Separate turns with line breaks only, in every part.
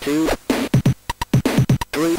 two, three.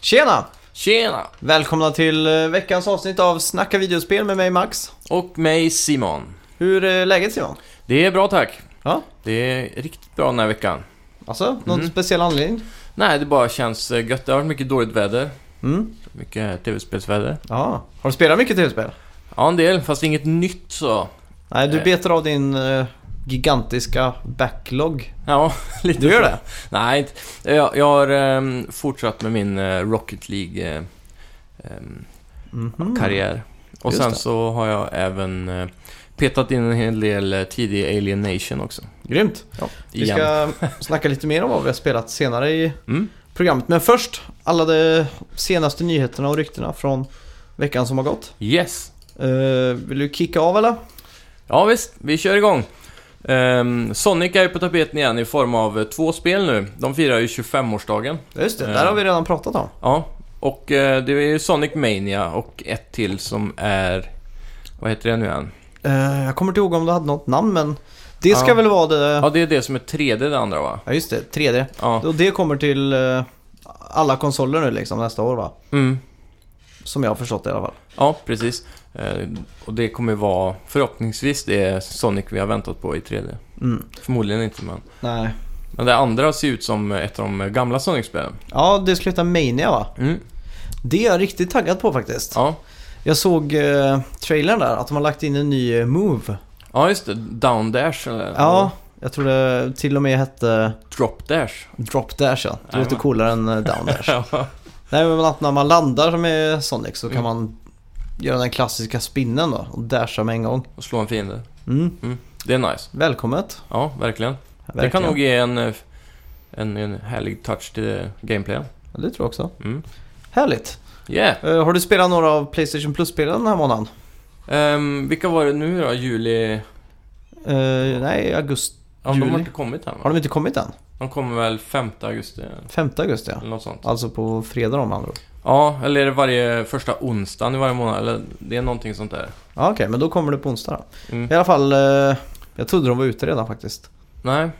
Tjena!
Tjena!
Välkomna till eh, veckans avsnitt av Snacka videospel med mig Max.
Och mig Simon.
Hur eh, är läget Simon?
Det är bra tack.
Ja,
Det är riktigt bra den här veckan.
alltså någon
Mm.
speciell anledning?
Nej, det bara känns eh, gött. Det har varit mycket dåligt väder.
Mm,
Mycket tv-spelsväder.
ja. Har du spelat mycket tv-spel?
Ja, en del. Fast inget nytt så.
Nej, du
Eh.
betar av din eh, gigantiska backlog.
Ja, lite
Du gör
så.
det?
Nej, inte. Jag, jag har ehm, fortsatt med min eh, Rocket League-karriär. Mm.
Mhm.
Och
Just
sen
det.
så har jag även eh, petat in en hel del eh, tidig Alien Nation också.
Grymt!
Ja,
Vi
igen.
ska snacka lite mer om vad vi har spelat senare i
Mm.
programmet. Men först, alla de senaste nyheterna och ryktena från veckan som har gått.
Yes!
Eh, vill du kicka av eller?
Ja visst, vi kör igång. Ehm, Sonic är ju på tapeten igen i form av eh, två spel nu. De firar ju 25-årsdagen.
Just det,
Eh.
där har vi redan pratat om.
Ja, och eh, det är ju Sonic Mania och ett till som är... Vad heter det nu igen?
Eh, jag kommer inte ihåg om du hade något namn men det ska
Ja.
väl vara det...
Ja, det är det som är 3D det andra va?
Ja just det, 3D.
Ja.
Och det kommer till eh, alla konsoler nu liksom nästa år va?
Mm.
Som jag har förstått det i alla fall.
Ja, precis. Eh, och det kommer vara förhoppningsvis det Sonic vi har väntat på i 3D.
Mm.
Förmodligen inte men...
Nej.
Men det andra ser ut som ett av de gamla Sonic-spelen.
Ja, det skulle heta Mania va?
Mm.
Det är jag riktigt taggad på faktiskt.
Ja.
Jag såg eh, trailern där, att de har lagt in en ny eh, move.
ja, just det. Down Dash eller?
Ja, jag tror det till och med hette
Drop Dash.
Drop Dash ja. Det låter
Jajamän.
coolare än eh, Down Dash.
Ja.
Nej men att när man landar med Sonic så kan
Mm.
man göra den klassiska spinnen då och dasha med en gång.
Och slå en fiende.
Mm.
Det är nice.
Välkommet.
Ja, verkligen. Det kan
Verkligen.
nog ge en, eh, en, en härlig touch till eh, gameplayen.
Ja, det tror jag också.
Mm.
Härligt.
Yeah.
Eh, har du spelat några av Playstation Plus-spelen den här månaden?
Ehm, vilka var det nu då? Juli?
Eh, nej, augusti.
Ja, de
Juli.
har inte kommit än
Har
va?
de inte kommit än?
De kommer väl 5 augusti? eller
5 augusti ja.
Något sånt.
Alltså på fredag om andra ord.
Ja, eller är det varje första onsdag i varje månad? Eller det är någonting sånt där.
Ja okej, men då kommer det på onsdag då.
Mm.
I alla fall, eh, jag trodde de var ute redan faktiskt.
Nej,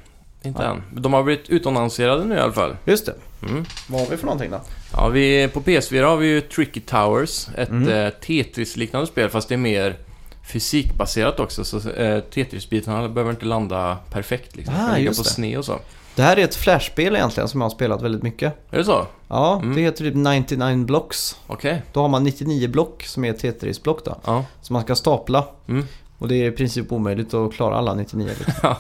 inte
Ja.
än. Men De har blivit utannonserade nu i alla fall.
Just det.
Mm.
Vad har vi för någonting då?
Ja, vi, på PS4 har vi ju Tricky Towers, ett
Mm.
eh, Tetris-liknande spel fast det är mer fysikbaserat också. Så eh, Tetris-bitarna behöver inte landa perfekt liksom.
Ah,
De ligga
just
på
det.
sne och så.
Det här är ett flashspel egentligen som jag har spelat väldigt mycket.
Är det så?
Ja,
Mm.
det heter typ 99 blocks.
Okej.
Då har man 99 block som är Tetris-block då.
Ja.
Som man ska stapla.
Mm.
Och det är i princip omöjligt att klara alla 99. Liksom.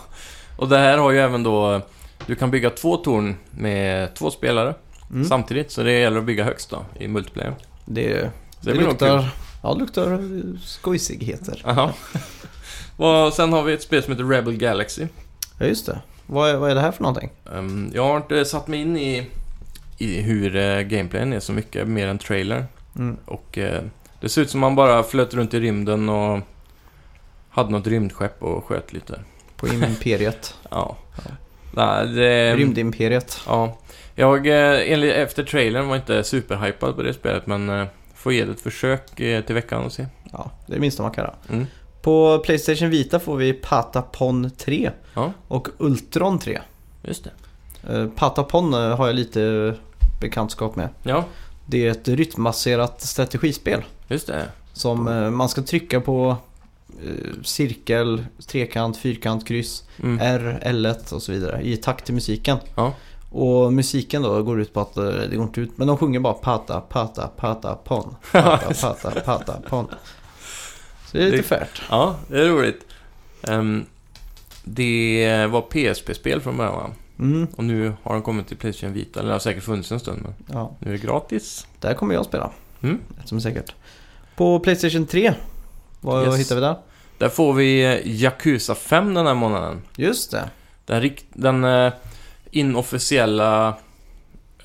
Och det här har ju även då... Du kan bygga två torn med två spelare
Mm.
samtidigt. Så det gäller att bygga högst då i multiplayer.
Det, det,
Det blir nog
luktar, ja, det luktar eh, skojsigheter.
Jaha. och sen har vi ett spel som heter Rebel Galaxy.
Ja, just det. Vad är, vad är det här för någonting?
Ehm, jag har inte satt mig in i, i hur eh, gameplayen är så mycket, mer än trailer.
Mm.
Och eh, det ser ut som man bara flöt runt i rymden och hade något rymdskepp och sköt lite.
På Imperiet.
Ja. Nej, det,
Rymdimperiet.
Ja. Jag, eh, enligt, efter trailern var jag inte superhypad på det spelet, men eh, får ge det ett försök eh, till veckan och se.
Ja, det är det minsta man kan göra.
Mm.
På Playstation Vita får vi Patapon 3
Ja.
och Ultron 3.
Just det.
Eh, Patapon eh, har jag lite bekantskap med.
Ja,
Det är ett rytmbaserat strategispel
just det.
som eh, man ska trycka på eh, cirkel, trekant, fyrkant, kryss,
Mm.
R, L1 och så vidare i takt till musiken.
Ja.
Och musiken då går ut på att, eh, det går inte ut, men de sjunger bara pata, pata, pata, pon. Pata, pata, pata, pon. Så det är lite
Det-
färt.
Ja, det är roligt. Ehm, det var PSP-spel från början, va?
Mm,
Och nu har de kommit till Playstation Vita, eller det har säkert funnits en stund men
ja.
nu är det gratis.
Där kommer jag spela,
Mm.
som säkert. På Playstation 3, vad
Yes.
hittar vi där?
Där får vi eh, Yakuza 5 den här månaden.
Just det.
Den, rikt- den eh, inofficiella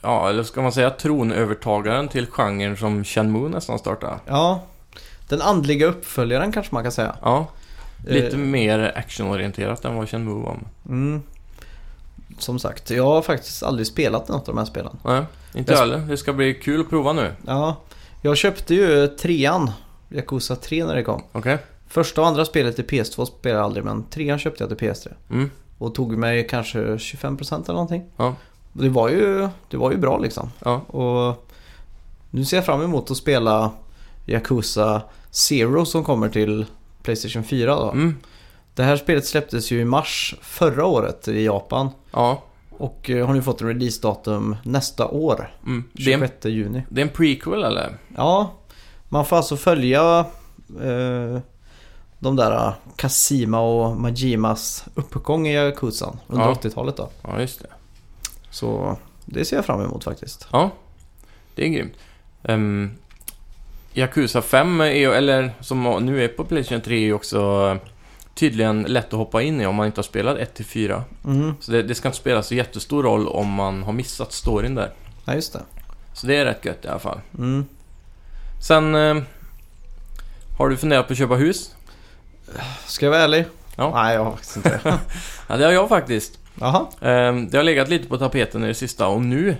ja, eller ska man säga tronövertagaren till genren som Shenmue nästan startade.
Ja. Den andliga uppföljaren kanske man kan säga.
Ja, lite
Eh,
mer actionorienterat än vad Shenmue var.
Mm. Som sagt, jag har faktiskt aldrig spelat något av de här spelen.
Nej, inte
Jag
jag
sp-
heller. Det ska bli kul att prova nu.
Ja, jag köpte ju trean, Yakuza 3 när det kom.
Okej?
Första och andra spelet till PS2 spelade jag aldrig men trean köpte jag till PS3.
Mm.
Och tog mig kanske 25% eller någonting.
Ja.
Och Det var ju, det var ju bra liksom.
Ja.
Och nu ser jag fram emot att spela Yakuza Zero som kommer till Playstation 4 då.
Mm.
Det här spelet släpptes ju i mars förra året i Japan.
Ja.
Och eh, har nu fått en releasedatum nästa år,
Mm. Det, är en,
26 juni.
det är en prequel eller?
Ja, man får alltså följa eh, de där eh, Kasima och Majimas uppgång i Yakuzan under
Ja.
80-talet då.
Ja, just det.
Så det ser jag fram emot faktiskt.
Ja, det är grymt. Um, Yakuza 5, är, ju- eller som nu är på Playstation 3, är ju också eh, tydligen lätt att hoppa in i om man inte har spelat 1-4.
Mm.
Så det, det ska inte spela så jättestor roll om man har missat storyn där.
Ja, just det.
Så det är rätt gött i alla fall.
Mm.
Sen... eh, har du funderat på att köpa hus?
Ska jag vara ärlig?
Ja.
Nej, jag har faktiskt inte det.
Ja, det har jag faktiskt.
Jaha.
Ehm, Det har legat lite på tapeten i det sista och nu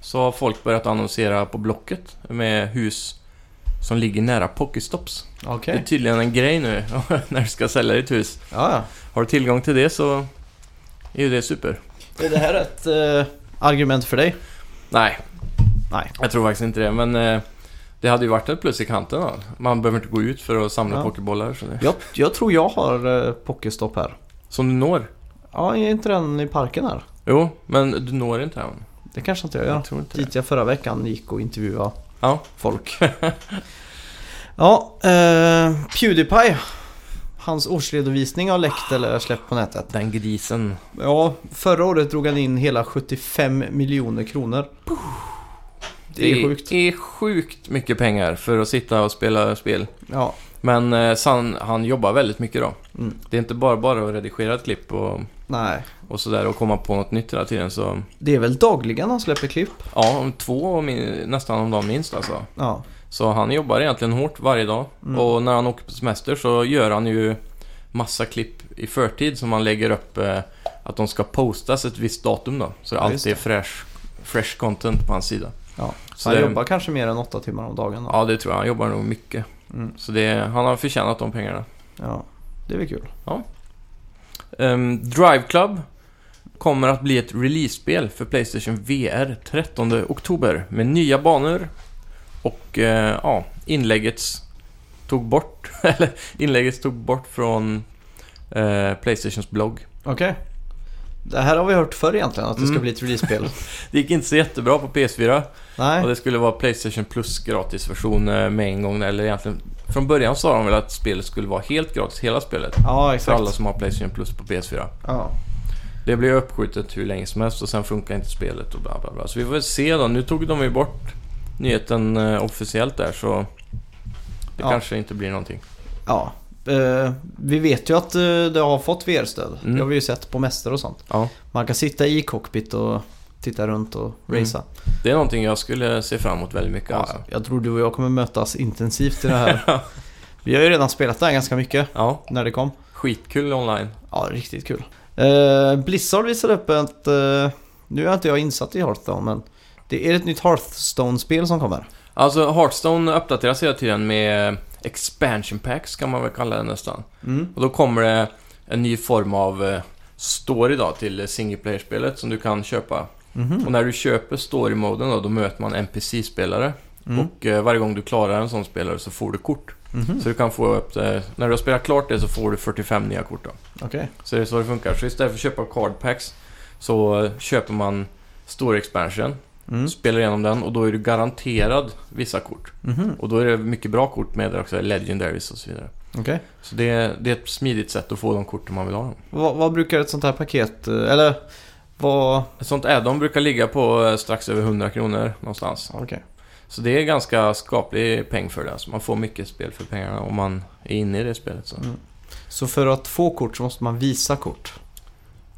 så har folk börjat annonsera på Blocket med hus som ligger nära Pokestops.
Okej.
Det är tydligen en grej nu när du ska sälja ditt hus.
Ja, ja.
Har du tillgång till det så är ju det super.
Är det här ett eh, argument för dig?
Nej,
Nej.
jag tror faktiskt inte det. Men eh, det hade ju varit ett plus i kanten. Då. Man behöver inte gå ut för att samla
Ja.
pokébollar. Så det.
Jag, jag tror jag har eh, Pokéstopp här.
Som du når.
Ja, är inte den i parken här?
Jo, men du når inte den.
Det kanske inte jag gör.
Jag tror inte det.
Dit jag förra veckan gick och intervjuade
Ja.
folk. ja, eh, Pewdiepie. Hans årsredovisning har läckt eller släppt på nätet.
Den grisen.
Ja, förra året drog han in hela 75 miljoner kronor. Det är sjukt.
Det är sjukt mycket pengar för att sitta och spela spel.
Ja,
Men eh, san, han jobbar väldigt mycket då.
Mm.
Det är inte bara, bara att redigera ett klipp och,
nej.
och sådär och komma på något nytt hela tiden. Så
Det är väl dagligen han släpper klipp?
ja, om två om min- nästan om dagen minst alltså.
Ja,
Så han jobbar egentligen hårt varje dag.
Mm.
Och när han åker på semester så gör han ju massa klipp i förtid som han lägger upp eh, att de ska postas ett visst datum då. Så det
Ja, just
alltid är
det.
fresh, fresh content på hans sida.
Ja,
Så
han
det,
jobbar kanske mer än 8 timmar om dagen. Då.
Ja, det tror jag. Han jobbar nog mycket.
Mm.
Så det, han har förtjänat de pengarna.
Ja, det är väl kul.
Ehm, Drive Club kommer att bli ett release-spel för Playstation VR 13 oktober med nya banor och eh, ja, inlägget tog bort, eller inlägget tog bort från eh, Playstations blogg.
Okej. Det här har vi hört förr egentligen, att det ska
Mm.
bli ett release-spel.
Det gick inte så jättebra på PS4
nej,
och det skulle vara Playstation Plus gratisversion eh, med en gång eller egentligen från början sa de väl att spelet skulle vara helt gratis, hela spelet.
ja
För
exakt.
alla som har Playstation Plus på PS4.
Ja.
Det blev uppskjutet hur länge som helst och sen funkar inte spelet och bla bla bla. Så vi får väl se då. Nu tog de ju bort nyheten eh, officiellt där så det
Ja.
kanske inte blir någonting.
ja. Eh, vi vet ju att eh, det har fått VR-stöd.
Mm.
Det har vi ju sett på mäster och sånt.
Ja.
Man kan sitta i cockpit och titta runt och
Mm.
racea.
Det är någonting jag skulle se fram emot väldigt mycket alltså.
Ja, jag tror du och jag kommer mötas intensivt i det här. Vi har ju redan spelat det här ganska mycket
Ja,
när det kom.
skitkul online.
Ja, riktigt kul. Eh, Blizzard visade upp ett... Eh, nu är inte jag insatt i Hearthstone, men det är ett nytt Hearthstone-spel som kommer.
Alltså Hearthstone uppdateras hela tiden med expansion packs kan man väl kalla det nästan.
Mm.
Och då kommer det en ny form av eh, story då till single player-spelet som du kan köpa. Och
Mhm.
när du köper story-moden då, då möter man NPC-spelare.
Mm.
Och eh, varje gång du klarar en sån spelare så får du kort.
Mhm.
Så du kan få upp det, när du har spelat klart det så får du 45 nya kort då.
Okej.
Så det är så det funkar. Så istället för att köpa card packs så eh, köper man Story Expansion,
Mm.
spelar igenom den och då är du garanterad vissa kort.
Mhm.
Och då är det mycket bra kort med där också, Legendaries och så vidare.
Okej.
Så det, det är ett smidigt sätt att få de korten man vill ha.
Vad, vad brukar ett sånt här paket... eh, Eller vad...
Ett sånt add-on brukar ligga på eh, strax över 100 kronor någonstans.
Okej.
Så det är ganska skaplig peng för det. Alltså man får mycket spel för pengarna om man är inne i det spelet. Så.
Så för att få kort så måste man visa kort.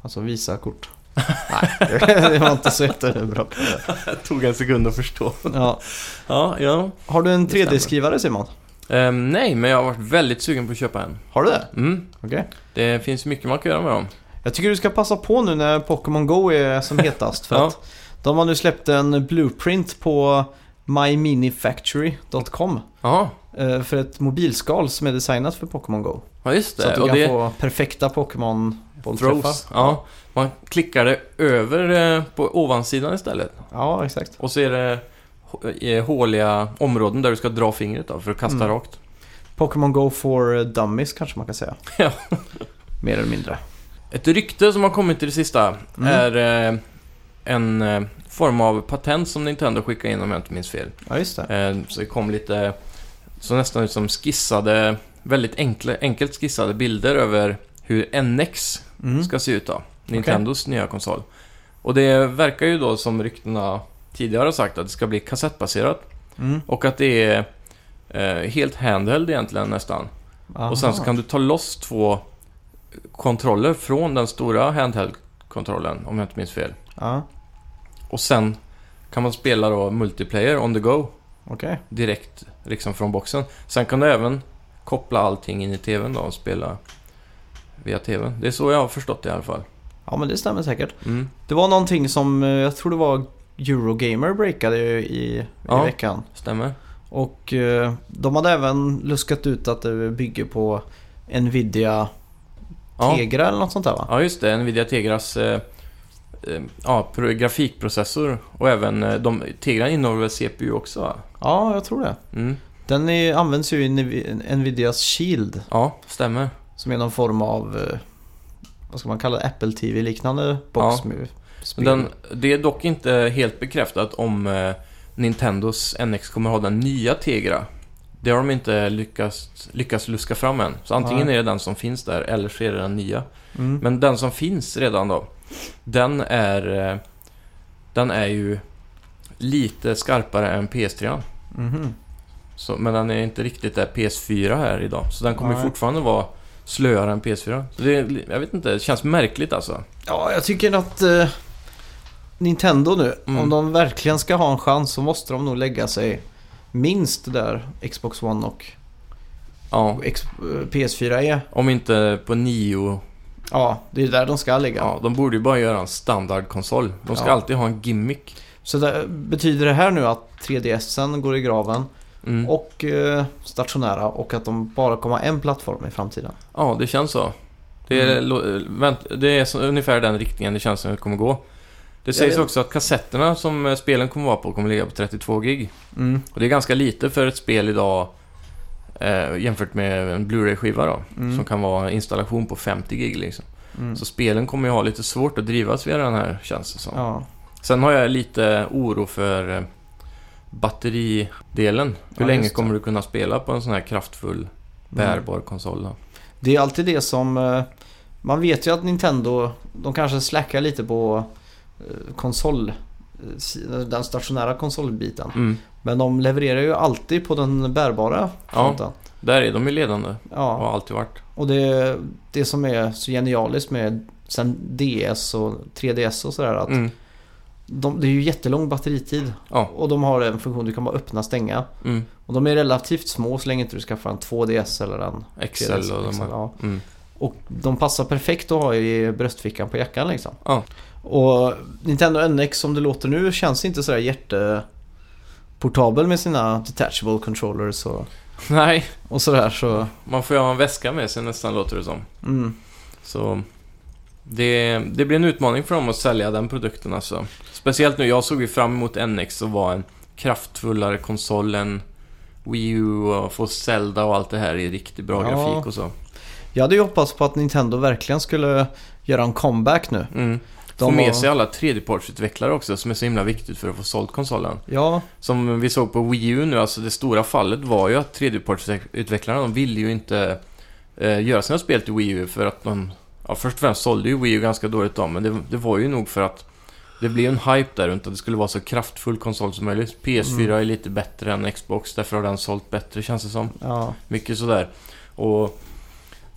Alltså visa kort. Nej, jag var inte så jättebra på det.
Det tog en sekund att förstå.
Ja.
Ja, ja.
Har du en
stämmer.
3D-skrivare Simon?
Ehm, nej, men jag har varit väldigt sugen på att köpa en.
Har du det?
Mm.
Okej.
Det finns mycket man kan göra med dem.
Jag tycker du ska passa på nu när Pokémon Go är som hetast. För
Ja.
att de har nu släppt en blueprint på myminifactory.com
Ja,
eh, för ett mobilskal som är designat för Pokémon Go.
ja just det.
Så att du
Eh, Och
kan
det
få perfekta Pokémon-bollträffar.
throws. Ja, man klickar det över eh, på ovansidan istället.
Ja, exakt.
Och så är det h- eh, håliga områden där du ska dra fingret av för att kasta
Mm.
rakt.
Pokémon Go for eh, dummies kanske man kan säga.
Ja.
Mer eller mindre.
Ett rykte som har kommit i det sista
Mm.
är eh, en eh, form av patent som Nintendo skickade in om jag inte minns fel.
Ja, just det.
Eh, Så det kom lite, så nästan ut som skissade, väldigt enkla, enkelt skissade bilder över hur NX
Mm.
ska se ut då. Nintendos nya konsol. Och det verkar ju då som ryktena tidigare har sagt att det ska bli kassettbaserat.
Mm.
Och att det är eh, helt handheld egentligen nästan. Och sen så
Aha.
kan du ta loss två kontroller från den stora handheld-kontrollen, om jag inte minns fel.
Ja,
Och sen kan man spela då multiplayer on the go
okej.
direkt liksom från boxen. Sen kan du även koppla allting in i TVn då och spela via TVn. Det är så jag har förstått det i alla fall.
Ja, men det stämmer säkert.
Mm.
Det var någonting som, eh, jag tror det var Eurogamer breakade ju i, i
Ja.
veckan.
Stämmer.
Och eh, de hade även luskat ut att det bygger på Nvidia
Ja,
Tegra eller något sånt där va?
ja just det. Nvidia Tegras eh, eh, ja, pro- grafikprocessor och även eh, de, Tegra innehåller väl CPU också? va?
Ja, jag tror det.
Mm.
Den är, används ju i Nvi- Nvidias Shield
Ja, stämmer.
som är någon form av, eh, vad ska man kalla det, Apple TV-liknande box
Ja.
med
Men
spel.
Den, det är dock inte helt bekräftat om eh, Nintendos NX kommer ha den nya Tegra. Det har de inte lyckats, lyckats luska fram än. Så antingen
Nej.
är det den som finns där eller så är det den nya.
Mm.
Men den som finns redan då, den är, eh, den är ju lite skarpare än PS3.
Mhm.
Så, men den är inte riktigt där PS4 är idag. Så den kommer ju
Nej.
fortfarande vara slöare än PS4. Så det, är- jag vet inte, det känns märkligt alltså.
Ja, jag tycker att eh, Nintendo nu,
Mm.
om de verkligen ska ha en chans så måste de nog lägga sig minst där Xbox One och
Ja,
X- eh, PS4 är.
om inte på nio
Ja, det är där de ska ligga.
Ja, de borde ju bara göra en standardkonsol. De ska
Ja.
alltid ha en gimmick.
Så det, betyder det här nu att 3DSen går i graven
Mm.
och eh, stationära och att de bara kommer ha en plattform i framtiden?
Ja, det känns så. Det är,
Mm.
lo- vänt, det är så, ungefär den riktningen det känns som det kommer gå. Det
Jag
sägs
vet.
också att kassetterna som eh, spelen kommer vara på kommer ligga på 32 gig.
Mm,
Och det är ganska lite för ett spel idag eh, jämfört med en Blu-ray-skiva då.
Mm.
Som kan vara en installation på 50 gig liksom.
mm.
Så spelen kommer ju ha lite svårt att drivas via den här känns det som.
Ja,
Sen har jag lite oro för eh, batteridelen. Hur
Ja,
länge
just det. Mm.
kommer du kunna spela på en sån här kraftfull, bärbar konsol då?
det är alltid det som... eh, man vet ju att Nintendo, de kanske slackar lite på eh, konsol... eh, si- Den stationära konsolbiten.
Mm.
Men de levererar ju alltid på den bärbara fronten.
Där är de ju ledande och
Ja.
har alltid varit.
Och det, det som är så genialiskt med sen DS och 3DS och sådär att
Mm.
de, det är ju jättelång batteritid.
Ja.
Och de har en funktion du kan bara öppna och stänga.
Mm.
Och de är relativt små så länge inte du skaffar en 2DS eller en 3DS.
Excel och de
liksom.
här.
ja.
Mm.
Och de passar perfekt att ha i bröstfickan på jackan liksom.
Ja.
Och Nintendo NX som det låter nu känns inte sådär jätteportabel med sina detachable controllers och,
Nej,
och sådär så...
man får ju ha en väska med sig nästan låter det som.
Mm.
Så det, det blir en utmaning för dem att sälja den produkten alltså. Speciellt nu, jag såg ju fram emot NX och var en kraftfullare konsol än Wii U och få Zelda och allt det här i riktigt bra
Ja.
grafik och så.
Jag hade ju hoppats på att Nintendo verkligen skulle göra en comeback nu.
Mm.
De
Få
har-
med sig alla tredjepartsutvecklare också som är så himla viktigt för att få sålt konsolen.
Ja,
Som vi såg på Wii U nu, alltså det stora fallet var ju att tredjepartsutvecklarna, de ville ju inte eh, göra sina spel till Wii U för att de... Ja, först och främst sålde ju Wii U ganska dåligt då, men det, det var ju nog för att det blev en hype där runt att det skulle vara så kraftfull konsol som möjligt. PS4 är lite bättre än Xbox, därför har den sålt bättre känns det som.
ja,
Mycket sådär. Och,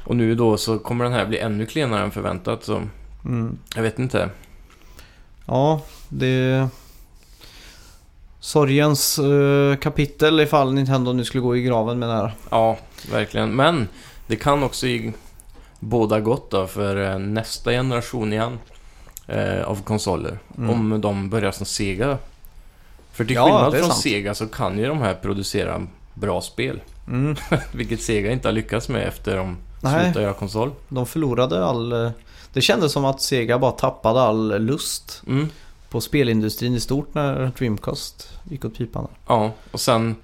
och nu då så kommer den här bli ännu klenare än förväntat, så
mm.
jag vet inte.
Ja, det är sorgens eh, kapitel ifall Nintendo nu skulle gå i graven med det här.
Ja, verkligen. Men det kan också i- båda gott då för eh, nästa generation igen eh, av konsoler.
Mm.
Om de börjar som Sega. För till
Ja,
skillnad
det är
från
sant.
Sega så kan ju de här producera bra spel.
Mm.
Vilket Sega inte har lyckats med efter de
Nej.
slutade göra konsol.
De förlorade all... eh, Det kändes som att Sega bara tappade all lust
Mm.
på spelindustrin i stort när Dreamcast gick åt pipan.
Ja, och sen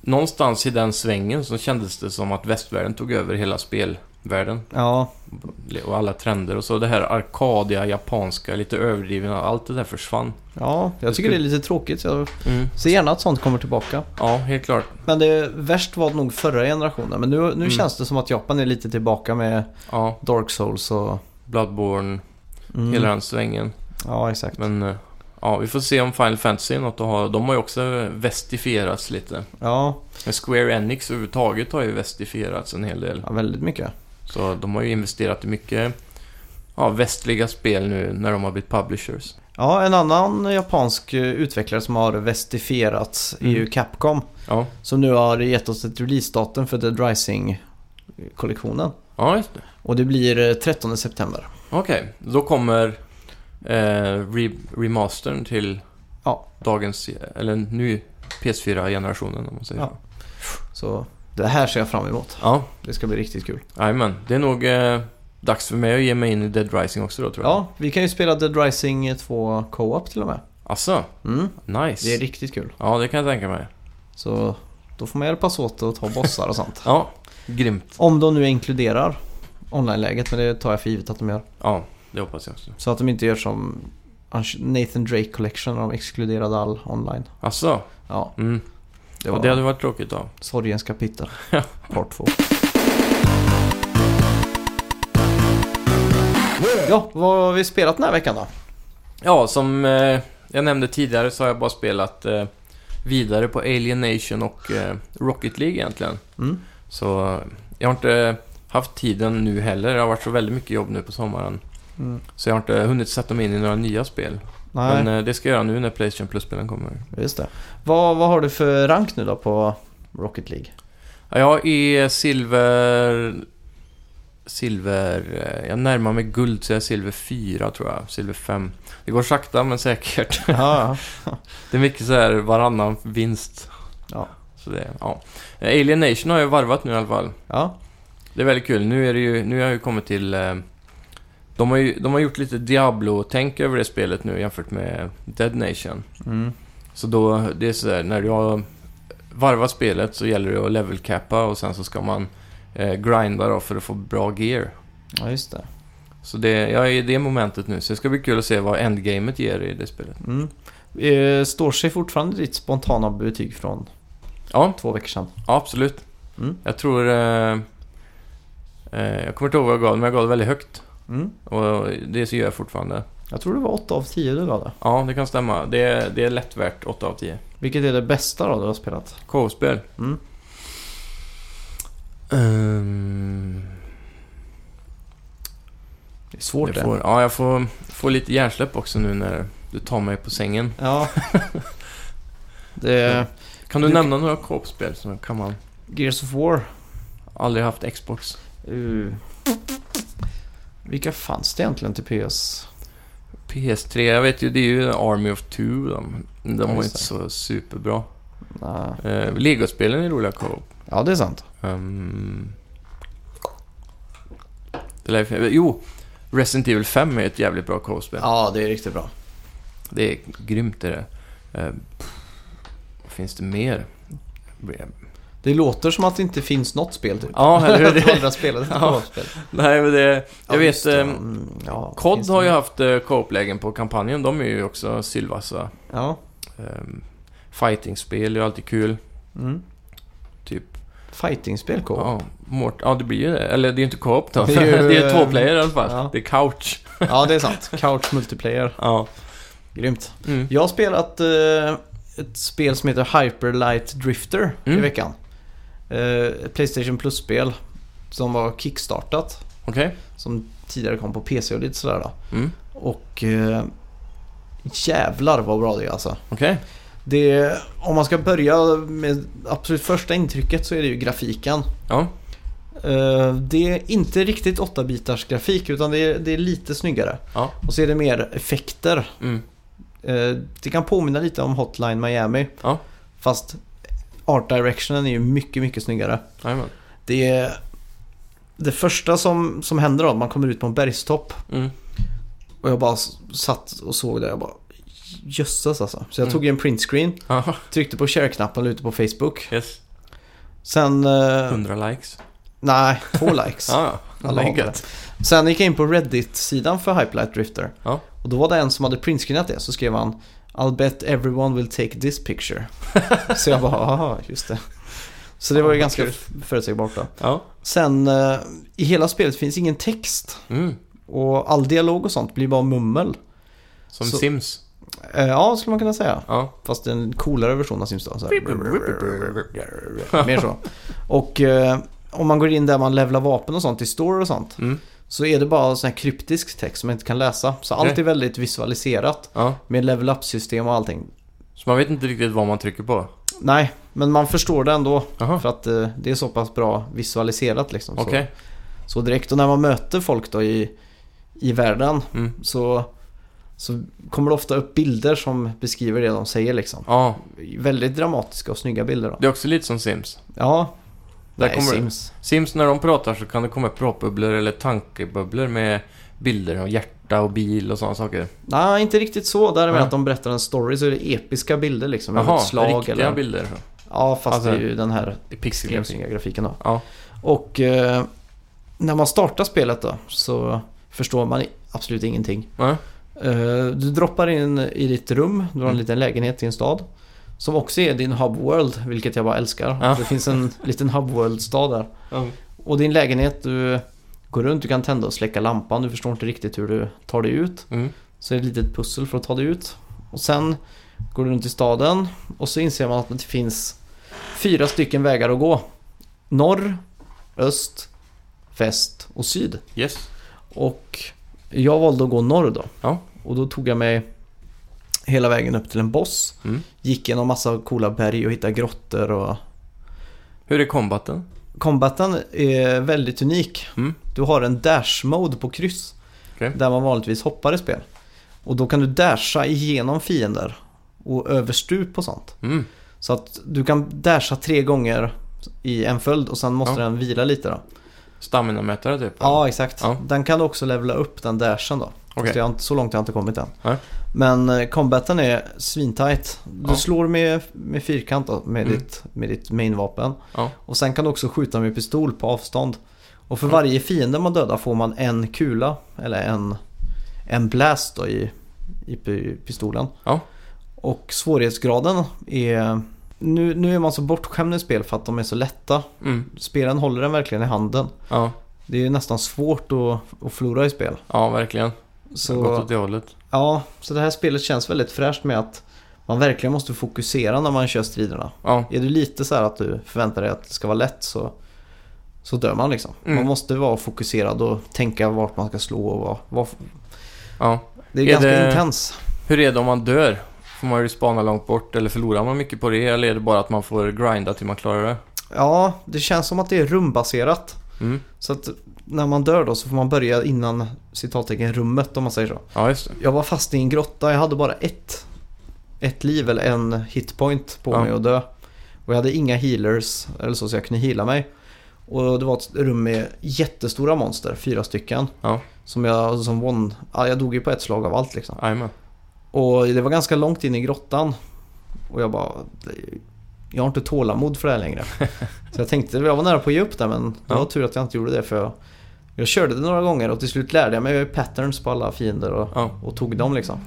någonstans i den svängen så kändes det som att västvärlden tog över hela spelvärlden.
Ja,
Och alla trender och så. Det här arkadiga, japanska, lite överdrivna. Allt det där försvann.
ja jag tycker det är lite tråkigt. Jag
Mm.
ser gärna att sånt kommer tillbaka.
Ja, helt klart.
Men det värst var nog förra generationen. Men nu, nu
Mm.
känns det som att Japan är lite tillbaka med
Ja,
Dark Souls och...
Bloodborne,
Mm.
hela den svängen.
Ja, exakt.
Men eh, ja, vi får se om Final Fantasy är något att ha. De har ju också vestifierats lite.
Ja,
Men Square Enix överhuvudtaget har ju vestifierats en hel del.
ja, väldigt mycket.
Så de har ju investerat i mycket ja, västliga spel nu när de har blivit publishers.
Ja, en annan japansk eh, utvecklare som har vestifierats är ju
Mm.
Capcom.
Ja,
Som nu har gett oss ett releasedatum för Dead Rising-kollektionen.
ja just det.
Och det blir eh, 13 september.
Okej, då kommer eh, re remastern till
Ja.
dagens, eller nu PS4-generationen om man säger
Ja.
så.
Så det här ser jag fram emot.
Ja,
Det ska bli riktigt kul.
jajamän. Det är nog eh, dags för mig att ge mig in i Dead Rising också då tror jag.
Ja, vi kan ju spela Dead Rising 2 Co-op till och med.
Asså,
Mm,
nice.
det är riktigt kul.
Ja, det kan jag tänka mig.
Så då får man hjälpas åt att ta bossar och sånt.
Ja, grymt.
Om de nu inkluderar online-läget, men det tar jag för givet att de gör.
Ja, det hoppas jag också.
Så att de inte gör som Nathan Drake Collection, där de exkluderade all online.
Asså,
Ja,
mm.
det
Ja, det hade
var
varit tråkigt då.
sorgens kapitel.
Ja.
Part 2. Ja, vad har vi spelat den här veckan då?
Ja, som eh, jag nämnde tidigare så har jag bara spelat eh, vidare på Alienation och eh, Rocket League egentligen.
Mm.
Så eh, jag har inte haft tiden nu heller. Det har varit så väldigt mycket jobb nu på sommaren.
Mm.
Så jag har inte hunnit sätta mig in i några nya spel.
Nej,
Men eh, det ska jag göra nu när Playstation Plus-spelen kommer.
just det. Vad, vad har du för rank nu då på Rocket League?
Ja, jag är silver... Silver... eh, Jag närmar mig guld så jag är silver 4 tror jag. Silver 5. Det går sakta men säkert.
Ja,
Det är mycket så här varannan vinst.
Ja.
Så det, ja. Eh, Alien Nation har jag varvat nu i alla fall.
ja.
Det är väldigt kul. Nu, är det ju, nu har jag ju kommit till... eh, De har, ju, de har gjort lite Diablo-tänk över det spelet nu jämfört med Dead Nation.
Mm.
Så då, det är sådär, när du har varvat spelet så gäller det att levelcappa och sen så ska man eh, grinda då för att få bra gear.
ja just det.
Så det, jag är i det momentet nu, så det ska bli kul att se vad endgamet ger i det spelet.
Mm. Eh, Står sig fortfarande ditt spontana betyg från
Ja,
två veckor sedan?
ja absolut.
Mm.
Jag tror... Eh, eh, jag kommer inte ihåg vad jag gav, men jag gav det väldigt högt.
Mm.
Och det så gör jag fortfarande.
Jag tror det var 8 av 10 du lade.
Ja, det kan stämma. Det är, det är lätt värt 8 av 10.
Vilket är det bästa då du har spelat?
KO-spel?
Mm.
Ehm,
Det är svårt det.
jag får, ja, jag får, får lite hjärnsläpp också nu när du tar mig på sängen.
Ja. det,
Kan du,
Du-
nämna några KO-spel som kan man...
Gears of War.
Aldrig haft Xbox.
Uh. Vilka fanns det egentligen till PS?
PS3, jag vet ju, det är ju Army of Two. De, de
Ja,
var
just
inte
det.
så superbra.
Nej.
Uh, Legospelen är roliga co-op.
Ja, det är sant.
Ehm, det lär, jag- jo, Resident Evil 5 är ett jävligt bra co-op-spel.
Ja, det är riktigt bra.
Det är grymt det där. Eh, vad finns det mer?
Det låter som att det inte finns något spel typ.
Ja, eller hur?
det andra spelet
Ja.
ja. spel.
Nej, men det... Jag vet...
det.
Eh,
Mm, ja,
COD
finns det
har ju
något?
haft eh, co-op-lägen på kampanjen. De är ju också sylvassa.
Ja.
Eh, fighting-spel är ju alltid kul.
Mm.
Typ...
Fighting-spel, K.
Ja, Mort ja, det blir ju det. Eller det är ju inte co-op då.
Det
Det
är
är,
ju, eh,
två player i alla fall.
ja.
Det är couch.
Ja, det är sant. Couch multiplayer.
Ja.
Grymt.
Mm.
Jag har spelat eh, ett spel som heter Hyper Light Drifter i
Mm.
veckan. Eh, ett Playstation Plus-spel som var kickstartat.
Okej.
Som tidigare kom på PC och lite sådär då.
Mm.
Och eh, Jävlar vad bra det är alltså.
Okej.
Det, om man ska börja med absolut första intrycket så är det ju grafiken.
Ja.
Eh, Det är inte riktigt 8-bitars grafik utan det är, det är lite snyggare.
Ja.
Och så är det mer effekter.
Mm.
Eh, Det kan påminna lite om Hotline Miami.
Ja.
Fast Art Directionen är ju mycket, mycket snyggare.
Jajamän.
Det är det första som, som händer då, att man kommer ut på en bergstopp.
Mm.
Och jag bara s- satt och såg det. Jag bara Jösses alltså. Så jag
Mm.
tog ju en printscreen,
Aha.
tryckte på share-knappen ute på Facebook.
Yes.
Sen... Eh,
100 likes.
nej, två likes.
Ja, ja.
Alla
Det
har
är gött.
Sen gick jag in på Reddit-sidan för Hypelight Drifter.
Ja.
Och då var det en som hade printscreenat det. Så skrev han I'll bet everyone will take this picture. så jag bara, aha, just det. Så det
Ja,
var ju
vad
ganska
kul.
f- förutsägbart då.
Ja.
Sen eh, i hela spelet finns ingen text.
Mm.
Och all dialog och sånt blir bara mummel.
Som
Så-
Sims.
Eh, ja, skulle man kunna säga.
Ja.
Fast en coolare version av Sims då. Så här. Mer så. Och eh, om man går in där man levlar vapen och sånt i store och sånt.
Mm.
Så är det bara sån här kryptisk text som man inte kan läsa. Så allt
Okej.
är väldigt visualiserat.
Ja.
Med level up-system och allting.
Så man vet inte riktigt vad man trycker på.
Nej, men man förstår det ändå.
Jaha.
För att eh, det är så pass bra visualiserat liksom.
Okej.
Så, så direkt. Och när man möter folk då i, i världen
Mm.
så, så kommer det ofta upp bilder som beskriver det de säger liksom.
Ja.
Väldigt dramatiska och snygga bilder då.
Det är också lite som Sims.
Ja.
Där
Nej,
kommer det.
Sims.
Sims, när de pratar så kan det komma upp pratbubblor eller tankebubblor med bilder av hjärta och bil och sådana saker.
Nej, inte riktigt så. Där är med
Nej.
att de berättar en story så är det episka bilder liksom. över
Jaha,
ett slag
riktiga
eller...
bilder.
Ja, fast
Alltså-
det är ju den här
I pixelgrafik.
extremt snygga grafiken då.
Ja.
Och eh, när man startar spelet då så förstår man i- absolut ingenting.
Nej.
Eh, du droppar in i ditt rum, du har en
Mm.
liten lägenhet i en stad. Som också är din hub world, vilket jag bara älskar.
Ja.
Det finns en liten hub world-stad där.
Ja.
Och din lägenhet, du går runt, du kan tända och släcka lampan, du förstår inte riktigt hur du tar dig ut.
Mm.
Så är det ett litet pussel för att ta dig ut. Och sen går du runt i staden och så inser man att det finns fyra stycken vägar att gå. Norr, öst, väst och syd.
Yes.
Och jag valde att gå norr då.
Ja.
Och då tog jag mig hela vägen upp till en boss.
Mm.
Gick genom massa coola berg och hittade grottor och...
Hur är kombaten?
Combaten är väldigt unik.
Mm.
Du har en dash-mode på kryss.
Okej.
Där man vanligtvis hoppar i spel. Och då kan du dasha igenom fiender. Och över stup och sånt.
Mm.
Så att du kan dasha tre gånger i en följd och sen måste
Ja.
den vila lite då.
Staminamätare typ?
Ja, exakt.
Ja.
Den kan du också levela upp den dashen då.
Okej.
Så, jag har inte, så långt har jag inte kommit än.
Nej.
Men eh, combaten är svintight. Du
Ja.
slår med, med fyrkant då, med,
Mm.
ditt, med ditt mainvapen.
Ja.
Och sen kan du också skjuta med pistol på avstånd. Och för
Ja.
varje fiende man dödar får man en kula eller en, en blast då i, i pi- pistolen.
Ja.
Och svårighetsgraden är... Nu, nu är man så bortskämd i spel för att de är så lätta.
Mm.
Spelaren håller den verkligen i handen.
Ja.
Det är nästan svårt att, att förlora i spel.
ja, verkligen. Så... Gått
Så,
åt det hållet.
ja, så det här spelet känns väldigt fräscht med att man verkligen måste fokusera när man kör striderna.
Ja.
Är det lite så här att du förväntar dig att det ska vara lätt så, så dör man liksom.
Mm.
Man måste vara fokuserad och tänka vart man ska slå och vad. vad
ja.
det är,
Är
ganska
det-
intens.
Hur är det om man dör? Får man ju spana långt bort eller förlorar man mycket på det? Eller är det bara att man får grinda till man klarar det?
Ja, det känns som att det är rumbaserat.
Mm.
Så att när man dör då så får man börja innan citattecken rummet om man säger så.
Ja, just det.
Jag var fast i en grotta, jag hade bara ett, ett liv eller en hitpoint på
Ja.
mig att dö. Och jag hade inga healers eller så, så jag kunde heala mig. Och det var ett rum med jättestora monster, fyra stycken.
Ja.
Som jag som one, ja, jag dog ju på ett slag av allt liksom.
Jajamän.
Och det var ganska långt in i grottan. Och jag bara, det- jag har inte tålamod för det här längre. så jag tänkte, jag var nära på att ge upp där men det
Ja.
var tur att jag inte gjorde det för jag, jag körde det några gånger och till slut lärde jag mig patterns på alla fiender. Och,
Ja.
och tog dem liksom.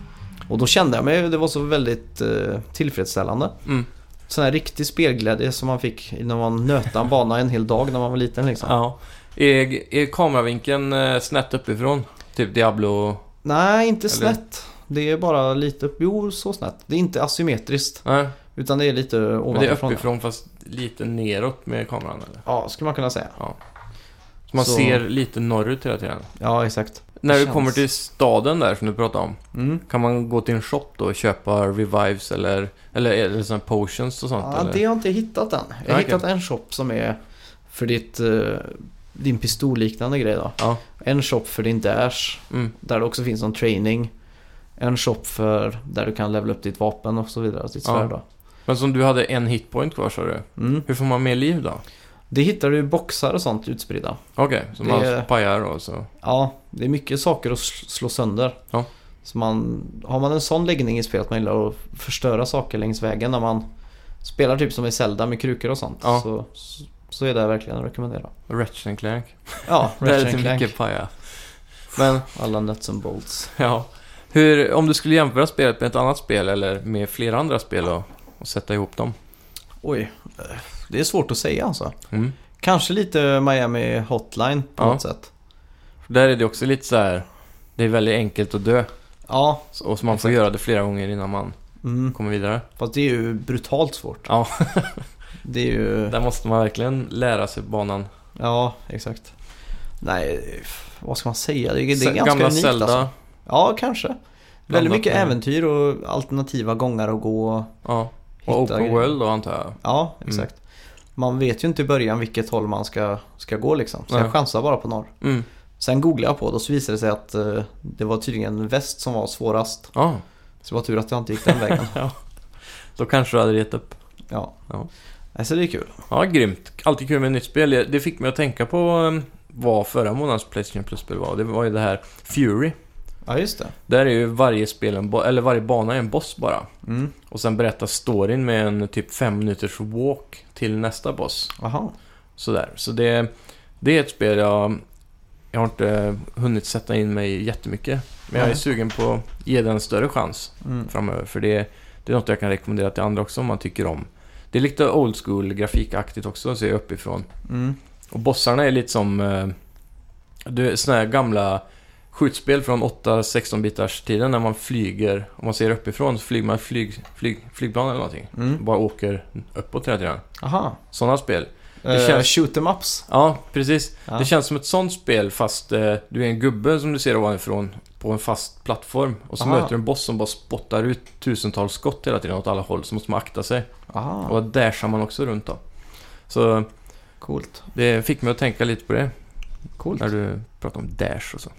Och då kände jag mig, det var så väldigt eh, tillfredsställande.
Mm.
Sån här riktig spelglädje som man fick när man nöta en bana en hel dag när man var liten liksom.
Ja. Är, är kameravinkeln eh, snett uppifrån? Typ Diablo?
Nej, inte
Eller-
snett. Det är bara lite upp, jo så snett. Det är inte asymmetriskt.
Nej,
Utan det är lite
men det är
ovanifrån.
uppifrån fast lite neråt med kameran eller?
Ja, skulle man kunna säga.
Så man
Så-
ser lite norrut hela tiden.
Ja, exakt.
när du
känns.
kommer till staden där som du pratade om.
Mm.
Kan man gå till en shop då och köpa revives eller, eller, eller såna här potions och sånt?
Ja,
eller?
det har jag inte hittat än. Jag har
Okej.
hittat en shop som är för ditt, eh, din pistolliknande grej då.
Ja.
En shop för din dash,
Mm.
där det också finns någon training. En shop för där du kan levela upp ditt vapen och så vidare, och ditt
Ja.
svärd då.
Men som du hade en hitpoint kvar sa du.
Mm.
Hur får man mer liv då?
Det hittar du i boxar och sånt utspridda.
Okej, så
Det-
man pajar då så.
Ja, det är mycket saker att sl- slå sönder.
Ja.
Så man, har man en sån läggning i spelet, att man gillar att förstöra saker längs vägen när man spelar typ som i Zelda med krukor och sånt.
Ja.
Så, så- så är det verkligen att rekommendera.
Ratchet and Clank.
Ja,
Det är
Ratchet
lite
and Clank.
mycket paja. Men,
Alla nuts and bolts.
ja. Hur, om du skulle jämföra spelet med ett annat spel eller med flera andra spel och, och sätta ihop dem?
Oj, det är svårt att säga alltså.
Mm.
Kanske lite Miami Hotline på
Ja.
något sätt.
Där är det också lite så här. Det är väldigt enkelt att dö.
Ja,
Så- Och så man får göra det flera gånger innan man
mm.
kommer vidare.
fast det är ju brutalt svårt.
Ja.
Det är ju...
Där måste man verkligen lära sig banan.
Ja, exakt. Nej, vad ska man säga? Det är, det är
Se-
ganska
Gamla
unikt
Zelda.
alltså. Ja, kanske. Väldigt mycket
med-
äventyr och alternativa gångar att gå och
Ja.
hitta
Och Open
grejer.
World då antar jag.
Ja, exakt. Man vet ju inte i början vilket håll man ska, ska gå liksom. Så
Nej.
jag chansar bara på norr.
Mm.
Sen googlade jag på det och så visade det sig att eh, det var tydligen väst som var svårast.
Ja.
Så det var tur att jag inte gick den vägen.
Då kanske du hade gett upp.
Ja.
Ja.
Alltså det är kul.
Ja, grymt. Alltid kul med nytt spel. Det fick mig att tänka på eh, vad förra månadens Playstation Plus-spel var. Det var ju det här Fury.
Ja, just det.
Där är ju varje, spel en bo- eller varje bana en boss bara.
Mm.
Och sen berättar storyn med en typ fem minuters walk till nästa boss.
Aha.
Sådär. Så det, det är ett spel jag, jag har inte eh, hunnit sätta in mig i jättemycket. Men jag är
Nej.
sugen på att ge den en större chans
Mm.
framöver. För det, det är något jag kan rekommendera till andra också om man tycker om. Det är lite old school grafikaktigt också, ser jag uppifrån.
Mm.
Och bossarna är lite som eh, du, såna här gamla skjutspel från 8-16-bitars tiden när man flyger, om man ser uppifrån så flyger man flyg, flyg, flygplan eller någonting.
Mm.
Bara åker uppåt hela tiden.
Aha.
Sådana spel. Det
Det känns...
känns-
shoot em ups.
Ja, precis.
Ja.
Det känns som ett sånt spel fast eh, du är en gubbe som du ser ovanifrån på en fast plattform. Och så
Aha.
möter du en boss som bara spottar ut tusentals skott hela tiden åt alla håll. Så måste man akta sig.
Aha.
Och där kör man också runt då. Så
Coolt.
det fick mig att tänka lite på det.
Coolt.
När du pratar om Dash och så.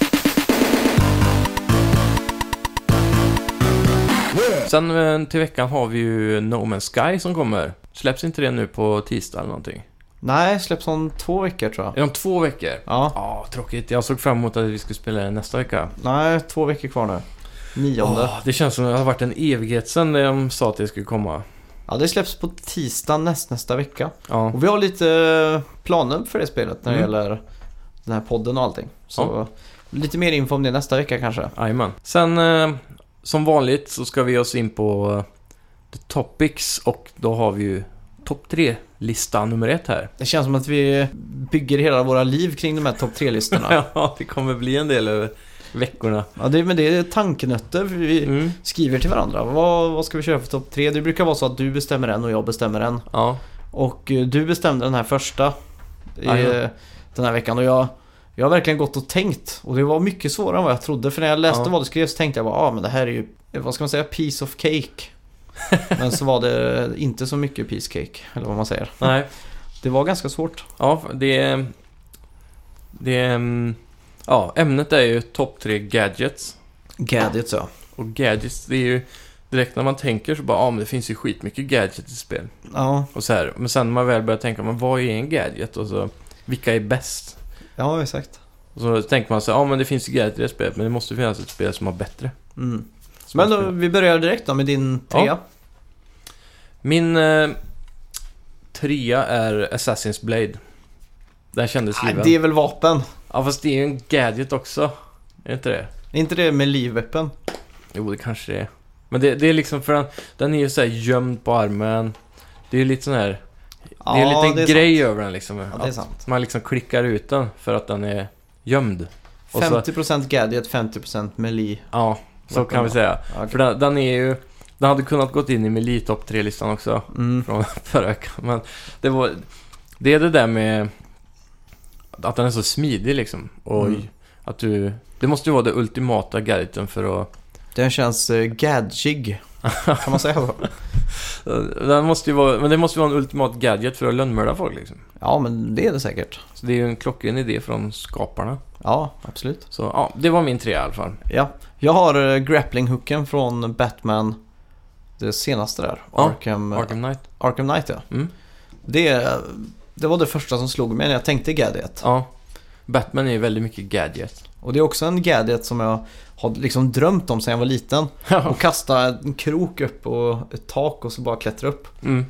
Sen eh, till veckan har vi ju No Man's Sky som kommer. Släpps inte det nu på tisdag eller någonting?
Nej, släpps om två veckor tror jag.
Är det om två veckor?
Ja.
Ja, tråkigt. Jag såg fram emot att vi skulle spela det nästa vecka.
Nej, två veckor kvar nu. Nionde.
Åh, det känns som att det har varit en evighet sedan de sa att det skulle komma.
Ja, det släpps på tisdag näst, nästa vecka.
Ja,
Och vi har lite eh, planer för det spelet när det
Mm.
gäller den här podden och allting. Så lite mer info om det nästa vecka kanske.
jajamän. Sen eh, som vanligt så ska vi ge oss in på eh, The Topics och då har vi ju topp tre lista nummer ett här.
Det känns som att vi bygger hela våra liv kring de här topp tre-listorna.
Ja, det kommer bli en del över veckorna.
Ja, det, men det är tankenötter. för Vi
Mm.
skriver till varandra. Vad, vad ska vi köra för topp tre? Det brukar vara så att du bestämmer en och jag bestämmer en.
Ja,
Och eh, du bestämde den här första i,
Jajamän.
eh, den här veckan. Och jag, jag har verkligen gått och tänkt. Och det var mycket svårare än vad jag trodde. För när jag läste
Ja.
vad du skrev så tänkte jag bara, ah, men det här är ju, eh, vad ska man säga, piece of cake. men så var det inte så mycket piece cake, eller vad man säger.
nej.
Det var ganska svårt.
Ja, det... Det... mm, Ja, ämnet är ju topp tre gadgets.
Gadgets ja.
Och gadgets, det är ju... Direkt när man tänker så bara, ja men det finns ju skitmycket gadgets i spel.
Ja,
Och så här. Men sen när man väl börjar tänka, men vad är en gadget? Och så, vilka är bäst?
ja exakt.
Och så tänker man så här, ja men det finns ju gadgets i spelet, men det måste finnas ett spel som har bättre.
Mm.
Som
Men
har
då, vi börjar direkt då med din trea.
Min eh, trea är Assassin's Blade. Den kändes
Nej,
given.
det är väl vapen?
Ja, fast det är ju en gadget också. Är det inte det?
Är inte det med livöppen?
Jo, det kanske det är. Men det, det är liksom för den, den är ju så här gömd på armen. Det är ju lite sån här... det är en liten grej över den liksom.
Sant. Ja, det är
Att
sant.
man liksom klickar ut den för att den är gömd. Och så-
50% gadget, 50% melee.
Ja, så
Vapen,
kan vi
ja.
säga.
Ja, okej.
För den, den är ju... Den hade kunnat gått in i Melee Top 3-listan också.
Mm.
från förra veckan. Men det var... Det är det där med att den är så smidig liksom. Och
Mm.
att du... Det måste ju vara det ultimata gadgeten för att...
Den känns eh, gadgig. Kan man säga så?
Den måste ju vara, men det måste ju vara en ultimat gadget för att lönnmörda folk liksom.
Ja, men det är det säkert.
Så det är ju en klockren idé från skaparna.
Ja, absolut.
Så ja, det var min tre i alla fall.
Ja. Jag har eh, grapplinghooken från Batman, det senaste där.
Ja,
Arkham, eh,
Arkham Knight.
Arkham Knight ja.
Mm.
Det, det var det första som slog mig när jag tänkte gadget.
Ja. Batman är ju väldigt mycket gadget.
Och det är också en gadget som jag har liksom drömt om sedan jag var liten. Att kasta en krok upp och ett tak och så bara klättra upp.
Mm.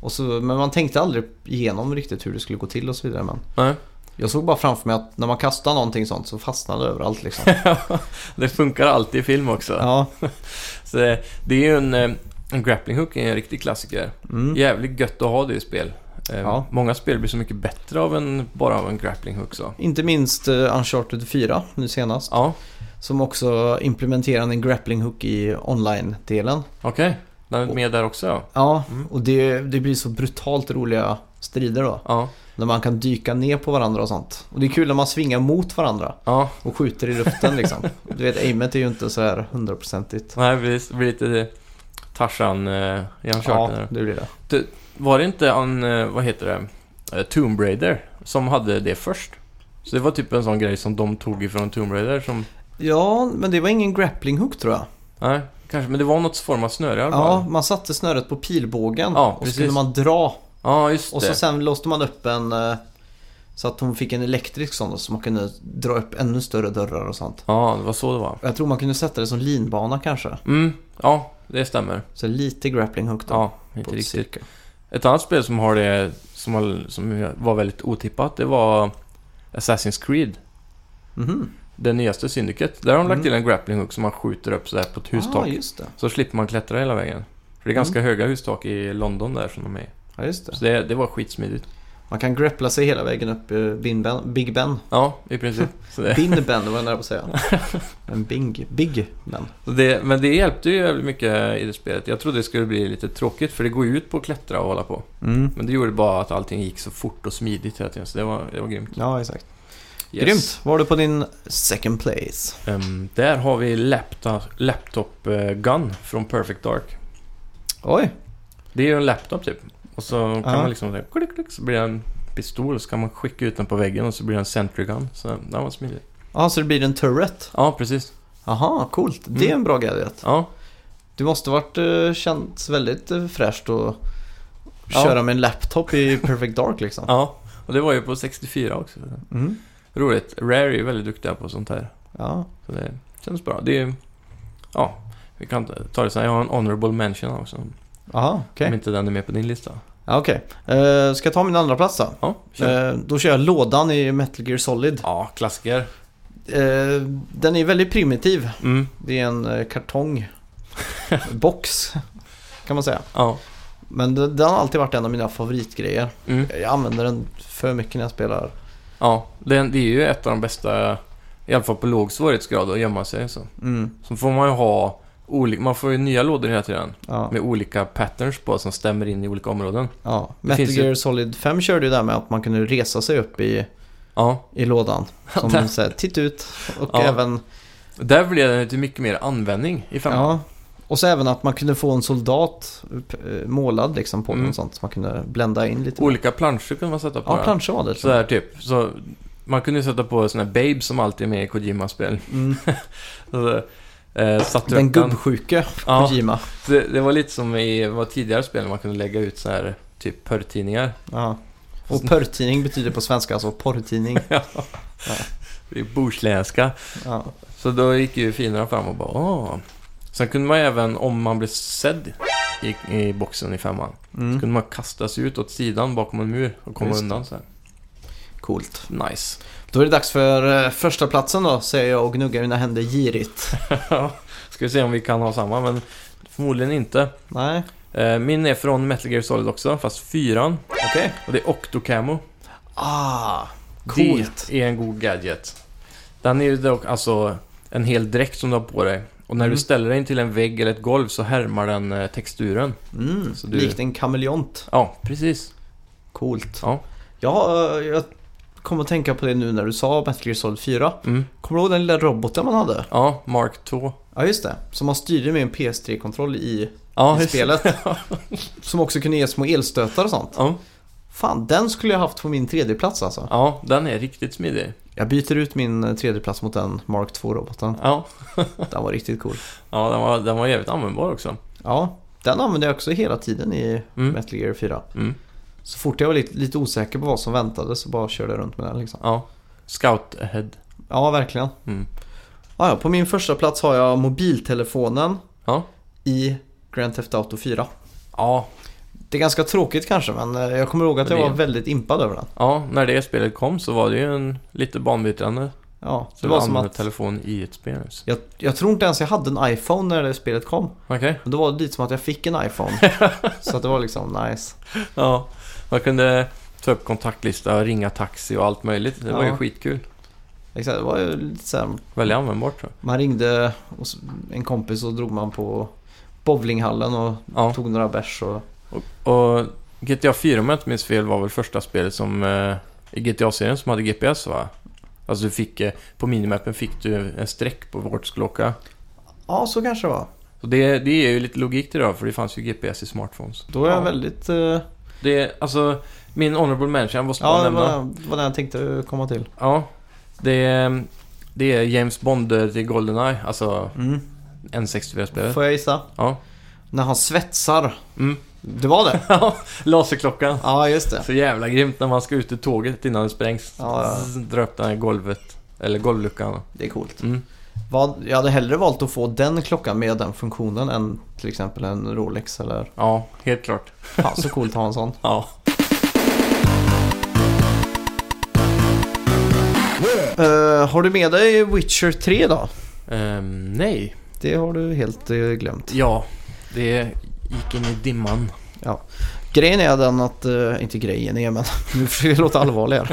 Och så, men man tänkte aldrig igenom riktigt hur det skulle gå till och så vidare. Men
Nej.
jag såg bara framför mig att när man kastar någonting sånt så fastnar det överallt liksom.
det funkar alltid i film också.
Ja,
Så det, det är ju en, eh, en grappling hook är en riktig klassiker.
mm.
Jävligt gött att ha det i spel. Eh,
Ja.
Många spel blir så mycket bättre av en, bara av en grappling hook så.
Inte minst eh, Uncharted 4 nu senast.
Ja,
Som också implementerade en grappling hook i online-delen.
okej. Den är med där också ja.
Ja,
Mm.
och det, det blir så brutalt roliga strider då.
Ja,
När man kan dyka ner på varandra och sånt. Och det är kul när man svingar mot varandra
ja.
och skjuter i luften liksom. Du vet, aimet är ju inte så här hundraprocentigt.
Nej, precis. det blir lite eh, Tarzan eh, i
Ja,
Uncharted. där.
det blir det.
Var det inte en, eh, vad heter det, Eh, Tomb Raider som hade det först? Så det var typ en sån grej som de tog ifrån Tomb Raider som,
Ja, men det var ingen grappling hook tror jag.
nej, kanske, men det var något form av snöre i alla
Ja,
fall.
man satte snöret på pilbågen
Ja,
och så
precis.
skulle man dra.
Ja, just
Och
det.
så sen låste man upp en eh, så att hon fick en elektrisk sån då, så man kunde dra upp ännu större dörrar och sånt.
Ja, det var så det var.
Jag tror man kunde sätta det som linbana kanske.
Mm, ja, det stämmer.
Så lite grappling hook då.
Ja,
på
inte
ett
riktigt.
cirkel.
Ett annat spel som har det, som, har, som var väldigt otippat, det var Assassin's Creed.
Mhm.
Det nyaste Syndicate. Där har de lagt
Mm.
till en grappling hook som man skjuter upp sådär på ett hustak.
Ah, just Mm. det.
så slipper man klättra hela vägen. För det är ganska höga hustak i London där som de är i.
Ja, just det.
Så det, det var skitsmidigt.
Man kan grappla sig hela vägen upp i Bin ben, Big Ben.
Ja, i princip. Så det,
Bin Ben, det var jag nära på att säga. Men Bing, Big Ben.
så det, men det hjälpte ju jävligt mycket i det spelet. Jag trodde det skulle bli lite tråkigt för det går ju ut på att klättra och hålla på.
Mm.
Men det gjorde bara att allting gick så fort och smidigt hela tiden. Så det var, det var grymt.
Ja, exakt.
Yes.
Grymt. Vad har du på din second place?
Ehm, där har vi laptop, laptop eh, Gun från Perfect Dark.
Oj.
Det är ju en laptop typ. Och så kan
Ja.
man liksom säga klick, klick, så blir det en pistol och så kan man skicka ut den på väggen och så blir det en Sentry Gun. Så den var smidig.
Ja, så det blir en turret.
Ja, precis.
Aha, coolt. Det är en bra gadget.
Ja,
Det måste varit eh, känts väldigt eh, fräscht att
Ja.
köra med en laptop i Perfect Dark liksom.
ja. Och det var ju på 64 också.
Mm.
Roligt. Rare är ju väldigt duktiga på sånt här.
Ja.
Så det känns bra. Det är ju... Ja, vi kan ta det sen. Jag har en honorable mention också.
Aha, okej.
Om inte den är med på din lista.
Ja, okej. Eh, ska jag ta min andra plats då?
Ja, kör.
Eh, då kör jag lådan i Metal Gear Solid.
Ja, klassiker.
Eh, den är väldigt primitiv.
Mm,
Det är en eh, kartong. Box. Kan man säga.
ja.
Men det- den har alltid varit en av mina favoritgrejer.
Mm.
Jag använder den för mycket när jag spelar.
Ja, det, det är ju ett av de bästa, i alla fall på låg svårighetsgrad, att gömma sig. Så,
Mm,
så får man ju ha olika, man får ju nya lådor hela tiden.
ja,
Med olika patterns på som stämmer in i olika områden.
ja.
Det
Metal
finns ju-
Gear Solid 5 körde ju där med att man kunde resa sig upp i,
Ja,
i lådan. Som
Där-
en så här, titt ut. Och
Ja.
även...
där blir det lite mycket mer användning i femman.
Ja. Och så även att man kunde få en soldat eh, målad liksom på
Mm.
den och sånt. Så man kunde blända in lite.
Olika planscher kunde man sätta på
Ja,
den.
planscher var det. tror
Sådär
jag.
typ. Så man kunde ju sätta på sån här babe som alltid är med i Kojimas spel.
Mm.
Så, eh, satte
Den
upp den.
gubbsjuke
Ja.
Kojima.
Det, det var lite som i vad tidigare spel man kunde lägga ut så här typ porrtidningar.
Ja. Och porrtidning betyder på svenska alltså porrtidning.
I bohuslänska.
Ja.
Så då gick ju finerna fram och bara åh. Sen kunde man ju även, om man blev sedd i, i boxen i femman,
Mm.
kunde man kasta sig ut åt sidan bakom en mur och komma
Just det.
undan så här.
Coolt.
Nice.
Då är det dags för eh, första platsen då, säger jag och gnuggar mina händer girigt.
Ja, Ska vi se om vi kan ha samma, men förmodligen inte.
Nej,
Eh, Min är från Metal Gear Solid också, fast fyran.
okej.
Och det är Octocamo.
Ah, coolt.
Det är en god gadget. Den är ju dock alltså en hel dräkt som du har på dig. Och när
Mm.
du ställer dig in till en vägg eller ett golv så härmar den eh, texturen.
Mm,
Så du-
Likt en kameleont.
Ja, precis.
Coolt. eh,
Ja.
Jag, har- jag kom att tänka på det nu när du sa Metal Gear Solid 4.
Mm.
Kommer du ihåg den lilla roboten man hade?
Ja, Mark 2.
Ja, just det. Som man styrde med en PS3-kontroll i,
Ja,
i
just det.
spelet. som också kunde ge små elstötar och sånt.
Ja,
Fan, den skulle jag haft på min tredjeplats alltså.
ja, den är riktigt smidig.
Jag byter ut min eh, tredjeplats mot den Mark 2-roboten.
Ja,
Den var riktigt cool.
ja den, var, den var jävligt användbar också.
Ja, den använde jag också hela tiden i
Mm.
Metal Gear 4.
Mm.
Så fort jag var lite, lite osäker på vad som väntade så bara körde jag runt med den liksom.
Ja, Scout Ahead.
Ja, verkligen.
Mm.
Ja, ja, på min första plats har jag mobiltelefonen
Ja.
i Grand Theft Auto 4.
Ja,
Det är ganska tråkigt kanske men eh, jag kommer ihåg att
Men
jag
det-
var väldigt impad över den.
ja, när det spelet kom så var det ju en lite banbrytande.
Ja,
Så
det var som
använda
att
telefon i ett spel.
jag, jag tror inte ens jag hade en iPhone när det spelet kom.
Okej.
Men då var det lite som att jag fick en iPhone. så att det var liksom nice.
Ja, man kunde ta upp kontaktlista, ringa taxi och allt möjligt. Det var
Ja.
ju skitkul.
Exakt, det var ju lite så här,
Väldigt användbart tror jag.
man ringde och s- en kompis och drog man på bowlinghallen och
Ja.
tog några bärs och...
Och GTA 4 om jag inte minns fel var väl första spelet som eh, i GTA-serien som hade GPS va? Alltså du fick, eh, på minimappen fick du en streck på vart du skulle åka.
Ja, så kanske det var.
Och det, det är ju lite logik till det då, för det fanns ju GPS i smartphones.
Då är jag
Ja.
väldigt... eh,
Det, alltså, min honorable mention, jag måste bara
Ja, det
nämna.
var, den- det var den jag tänkte komma till.
Ja, det, det är James Bond eh, till Goldeneye, alltså
Mm.
N64-spelet.
Får jag gissa?
Ja.
När han svetsar.
Mm.
Det var det?
Ja, laserklockan.
Ja, just det.
Så jävla grymt när man ska ut ur tåget innan det sprängs.
Ja, ja.
Zzz, Dra upp den här golvet. Eller golvluckan.
Det är coolt.
Mm.
Vad, jag hade hellre valt att få den klockan med den funktionen än till exempel en Rolex eller...
Ja, helt klart.
Fan, så coolt att ha en sån.
Ja.
Eh, har du med dig Witcher 3 då?
Ehm, nej.
Det har du helt eh, glömt.
Ja, det gick in i dimman.
Grejen är den att, eh, inte grejen är men, nu försöker jag låta allvarlig här.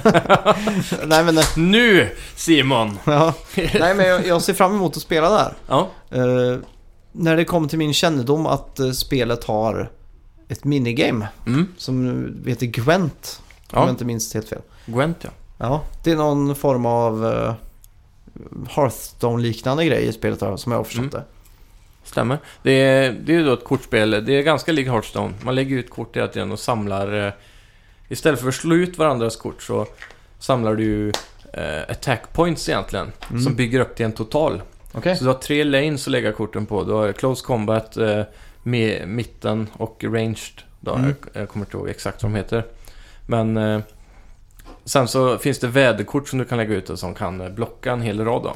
Nej men, eh,
Nu Simon!
ja. Nej, men jag, jag ser fram emot att spela där.
Ja,
Eh, när det kom till min kännedom att eh, spelet har ett minigame
mm.
som heter Gwent. Om
Ja.
jag inte minns helt fel.
Gwent ja.
Ja, det är någon form av eh, Hearthstone-liknande grej i spelet här, som jag har förstått det.
Stämmer. Det är, det är ju då ett kortspel. Det är ganska likt Hearthstone. Man lägger ut kort hela tiden och samlar... eh, Istället för att slå ut varandras kort så samlar du ju eh, attack points egentligen.
Mm. Eh.
Som bygger upp till en total.
Okej.
Så du har tre lanes att lägga korten på. Du har close combat, eh, med mitten och ranged. Då.
Mm.
Jag, jag kommer inte ihåg exakt vad de heter. Men eh, sen så finns det väderkort som du kan lägga ut och som kan eh, blocka en hel rad. Då.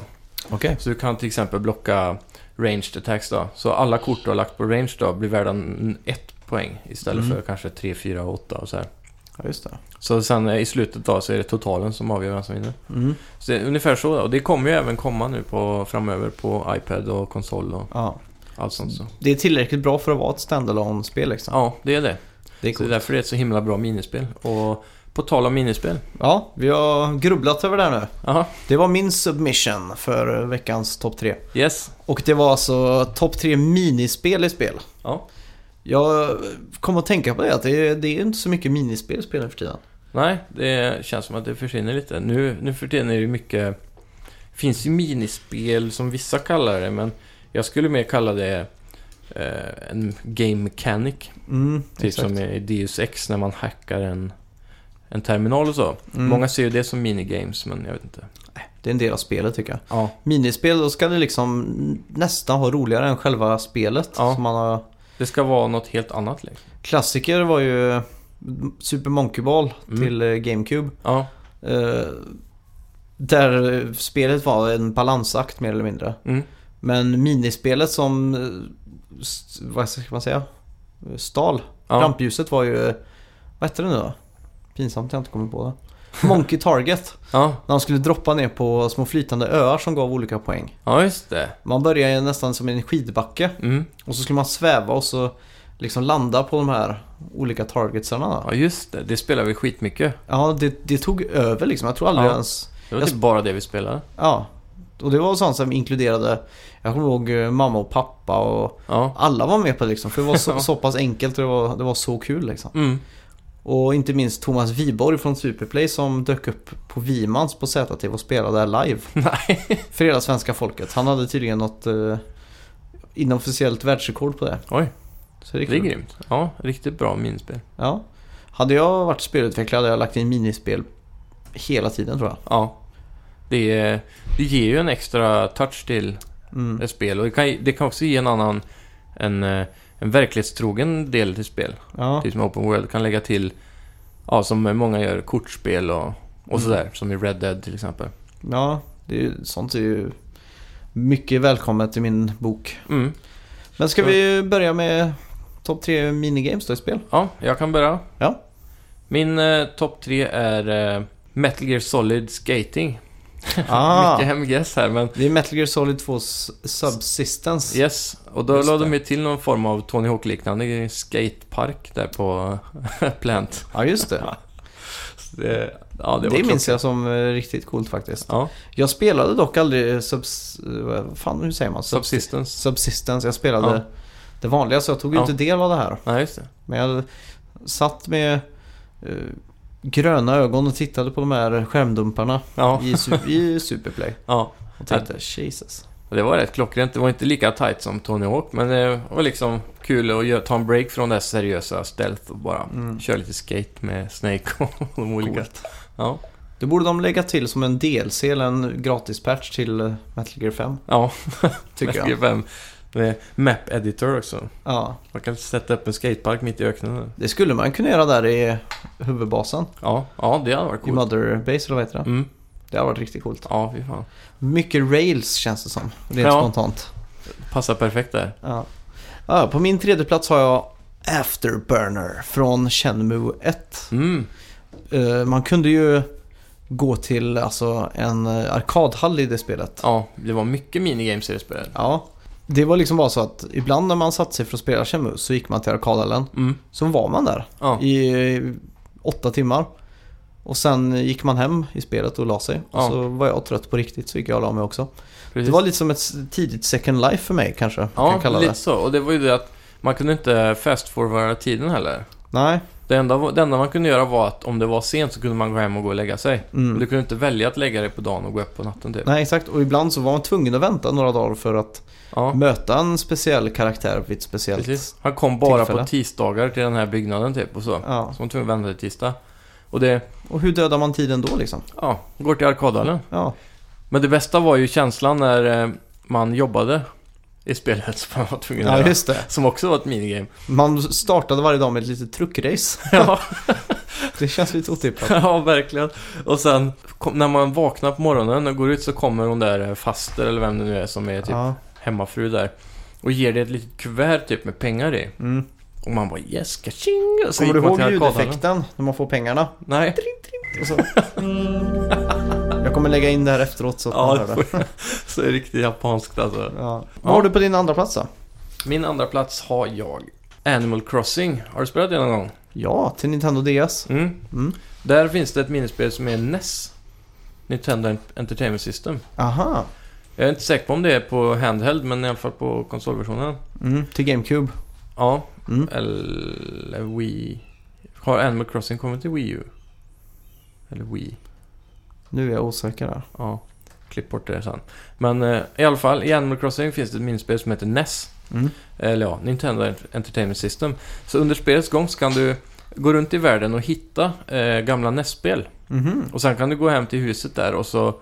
Okej.
Så du kan till exempel blocka ranged attacks. Då. Så alla kort du har lagt på range då blir värda en- ett poäng istället
Mm.
för kanske tre, fyra, åtta och så här.
Ja, just det.
Så sen eh, i slutet då så är det totalen som avgör vem som vinner.
Mm.
Så det är ungefär så. Då. Och det kommer ju även komma nu på, framöver på iPad och konsol och
Ja.
allt sånt. Så.
Det är tillräckligt bra för att vara ett standalone-spel liksom.
Ja, det är det.
Det är
Så det är
coolt.
därför det är ett så himla bra minispel. Och på tal om minispel.
Ja, vi har grubblat över det här nu.
Aha,
Det var min submission för veckans topp tre.
yes.
Och det var alltså topp tre minispel i spel.
Ja.
Jag kom att tänka på det, att det är, det är inte så mycket minispel i spel nu för tiden.
Nej, det känns som att det försvinner lite. Nu, nu för tiden är det ju mycket... finns ju minispel som vissa kallar det, men jag skulle mer kalla det eh, en game mechanic.
Mm,
Typ
exakt.
som i Deus Ex när man hackar en, en terminal och så.
Mm.
Många ser ju det som minigames, men jag vet inte.
Det är en del av spelet tycker jag.
Ja,
Minispel, då ska det liksom nästan vara roligare än själva spelet.
Ja.
Som man har...
det ska vara något helt annat. Liksom.
Klassiker var ju Super Monkey Ball
Mm.
till eh, GameCube.
Ja,
Eh, där eh, spelet var en balansakt mer eller mindre.
mm.
Men minispelet som, eh, s- vad ska man säga, stal.
ja.
Rampljuset var ju, vad hette det nu då? Pinsamt att jag inte kommer på det. Monkey Target.
ja.
När de skulle droppa ner på små flytande öar som gav olika poäng.
ja just det.
Man började ju nästan som en skidbacke
Mm.
och så skulle man sväva och så liksom landa på de här olika targetsarna. då.
Ja, just det. Det spelar vi skitmycket.
Ja, det, det tog över liksom. Jag tror aldrig
Ja.
ens...
Det var
Jag
typ bara det vi spelade.
Ja. Och det var sånt som inkluderade, jag kommer ihåg eh, mamma och pappa och
Ja.
alla var med på det liksom. För det var så,
Ja.
så pass enkelt och det var, det var så kul liksom.
Mm.
Och inte minst Thomas Viborg från Superplay som dök upp på Vimans på ZTV och spelade där live.
Nej.
För hela svenska folket. Han hade tydligen något eh, inofficiellt världsrekord på det.
Oj,
Så det är
det är
kul.
grymt. Ja, riktigt bra minspel.
Ja. Hade jag varit spelutvecklare hade jag lagt in minispel hela tiden tror jag.
Ja. Det, är, det ger ju en extra touch till
Mm.
ett spel och det kan, det kan också ge en annan, en, eh, en verklighetstrogen del till spel.
Ja.
Typ som Open World kan lägga till, ja som många gör, kortspel och, och
Mm.
sådär. Som i Red Dead till exempel.
ja, det är ju, sånt är ju mycket välkommet i min bok.
Mm.
Men ska
Så-
vi börja med topp tre minigames då i spel?
Ja, jag kan börja.
Ja.
Min eh, topp tre är eh, Metal Gear Solid Skating.
Ah.
Mycket hemgäss här men
Det är Metal Gear Solid 2s Subsistence.
Yes, och då
Just
lade
det.
de ju till någon form av Tony Hawk-liknande skatepark där på Plant.
Ja, just det.
Så Det, ja,
Det,
var klockrent.
minns jag som eh, riktigt coolt faktiskt.
Ja,
Jag spelade dock aldrig eh, subs... vad Fan, hur säger man? Subs-
Subsistence.
Subsistence. Jag spelade
Ja.
det vanliga så jag tog ju
Ja.
inte del av det här.
Nej, just det.
Men jag satt med eh, gröna ögon och tittade på de här skärmdumparna
Ja,
i, su- i Superplay.
ja.
Och tänkte Jesus.
Och det var rätt klockrent. Det var inte lika tight som Tony Hawk, men det var liksom kul att göra, ta en break från det här seriösa stealth och bara
Mm.
köra lite skate med Snake och de olika.
Coolt.
Ja,
Det borde de lägga till som en DLC eller en gratispatch till eh, Metal Gear 5.
ja.
Tycker jag.
Vem, med map editor också.
Ja,
Man kan sätta upp en skatepark mitt i öknen. där.
det skulle man kunna göra där i huvudbasen.
Ja, ja det hade varit
I
coolt.
Mother Base eller vad heter det?
Mm.
Det har varit riktigt coolt.
Ja, fy fan.
Mycket rails känns det som. Rent
Ja.
spontant.
Passar perfekt där.
Ja. Ja, på min tredje plats har jag Afterburner från Shenmue 1.
Mm.
Eh, man kunde ju gå till alltså, en eh, arkadhall i det spelet.
Ja, det var mycket minigames i det spelet.
Ja. Det var liksom bara så att ibland när man satte sig för att spela Shenmue så gick man till arkadhallen.
Mm.
Så var man där
Ja.
i eh, åtta timmar. Och sen gick man hem i spelet och la sig.
Ja.
Och så var jag trött på riktigt så gick jag och la mig också.
Precis.
Det var lite som ett s- tidigt second life för mig kanske. man
ja,
kan kalla
lite
det.
så. Och det var ju det att man kunde inte fast-forwarda tiden heller.
Nej.
Det enda, det enda man kunde göra var att om det var sent så kunde man gå hem och gå och lägga sig.
Mm.
Och Du kunde inte välja att lägga dig på dagen och gå upp på natten typ.
Nej, exakt. Och ibland så var man tvungen att vänta några dagar för att
Ja,
möta en speciell karaktär vid ett speciellt...
precis. Han kom bara
tillfälle.
på tisdagar till den här byggnaden typ och så.
Ja.
Så man tvungen att vänta till tisdag. Och det,
Och hur dödar man tiden då liksom?
ja, går till arkadhallen.
Ja,
Men det bästa var ju känslan när eh, man jobbade i spelet som man var tvungen att
ja
göra.
just det.
Som också var ett minigame.
Man startade varje dag med ett litet truckrace.
Ja.
Det känns lite otippat.
Ja, verkligen. Och sen kom, när man vaknar på morgonen och går ut så kommer hon där eh, faster eller vem det nu är som är typ
Ja,
hemmafru där. Och ger dig ett litet kuvert typ med pengar i.
mm.
Och man bara yes, kaching! Och så
Kommer du
gick man
ihåg
till arkadhallen.
ljudeffekten när man får pengarna?
Nej.
Och så... Mm. Jag kommer lägga in det här efteråt så att man
Ja,
hör
det
det.
får jag. så är det riktigt japanskt alltså.
Ja. Vad har du på din andra plats då?
Min andra plats har jag. Animal Crossing. Har du spelat det någon gång?
Ja, till Nintendo DS.
Mm.
Mm.
Där finns det ett minispel som är NES. Nintendo Entertainment System.
Aha.
Jag är inte säker på om det är på handheld, men i alla fall på konsolversionen.
Mm, till GameCube.
Ja,
Mm.
eller Wii. Har Animal Crossing kommit till Wii U? Eller Wii?
Nu är jag osäker där.
Ja, klipp bort det sen. Men eh, i alla fall, i Animal Crossing finns det ett minispel som heter NES.
Mm.
Eller ja, Nintendo Ent- Entertainment System. Så under spelets gång så kan du gå runt i världen och hitta eh, gamla NES-spel.
Mhm.
Och sen kan du gå hem till huset där och så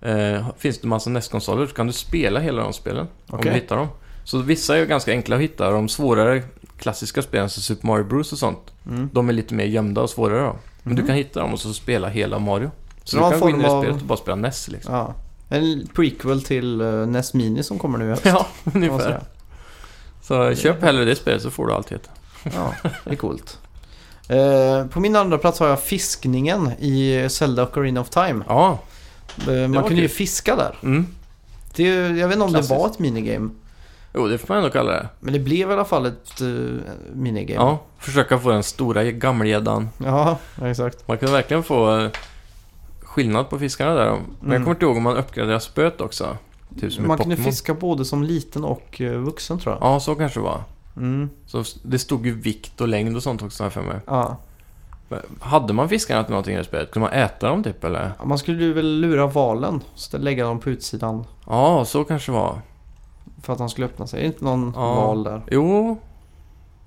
eh, finns det massa NES-konsoler. Så kan du spela hela de spelen om du
Okej.
hittar dem. Så vissa är ju ganska enkla att hitta. De svårare klassiska spelen som Super Mario Bros och sånt.
Mm.
De är lite mer gömda och svårare då. Men du
Mhm.
kan hitta dem och så spela hela Mario. Så,
det var
du
en
kan gå in i
form av-
det spelet och bara spela NES liksom.
Ja. En prequel till uh, NES Mini som kommer nu i höst.
Ja,
kan man
ungefär.
säga.
Så köp hellre det spelet så får du allt heta.
Ja, det är coolt. Eh, på min andra plats har jag fiskningen i Zelda Ocarina of Time.
Ja,
Eh,
var
man kunde
kul.
ju fiska där.
mm.
Det, är ju- jag vet inte om
Klassiskt.
det var ett minigame.
Jo, det får man ändå kalla det.
Men det blev i alla fall ett eh, minigame.
Ja, försöka få den stora gammelgäddan.
ja, exakt.
Man kan verkligen få eh, skillnad på fiskarna där. Men jag
Mm.
kommer inte ihåg om man uppgraderar spöet också. Typ som
Man
i
kunde
Pokémon.
fiska både som liten och eh, vuxen tror jag.
Ja, så kanske det var.
Mm,
Så det stod ju vikt och längd och sånt också här för mig.
ja.
Hade man fiskarna till någonting i det spelet? Kunde man äta dem typ eller?
Ja, Man skulle ju väl lura valen, så lägga dem på utsidan
Ja, så kanske det var.
för att han skulle öppna sig. Är det inte någon
Ja.
val där?
Jo,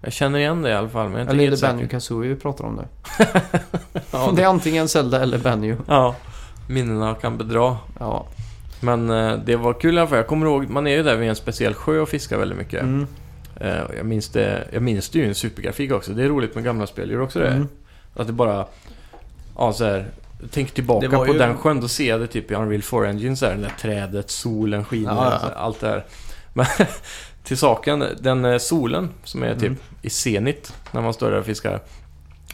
jag känner igen det i alla fall. Men jag är inte
Eller är
helt
det Benny
säker.
Kazooie vi pratar om nu?
Ja,
Det är antingen Zelda eller Benny.
ja, minnena kan bedra.
Ja.
Men eh, det var kul i alla fall. Jag kommer ihåg, man är ju där vid en speciell sjö och fiskar väldigt mycket.
Mm.
Eh, och jag, minns det, jag minns det ju i en supergrafik också. Det är roligt med gamla spel. Gör du också det?
Mm.
Att det bara... Ja, så här, Tänk
Det
tillbaka
var
på
ju-
den sjön, då ser jag det typ i Unreal 4 Engine så här, det där trädet, solen skiner,
Ja, ja.
alltså, allt det här. Men till saken, den eh, solen som är typ
Mm.
i zenit när man står där och fiskar.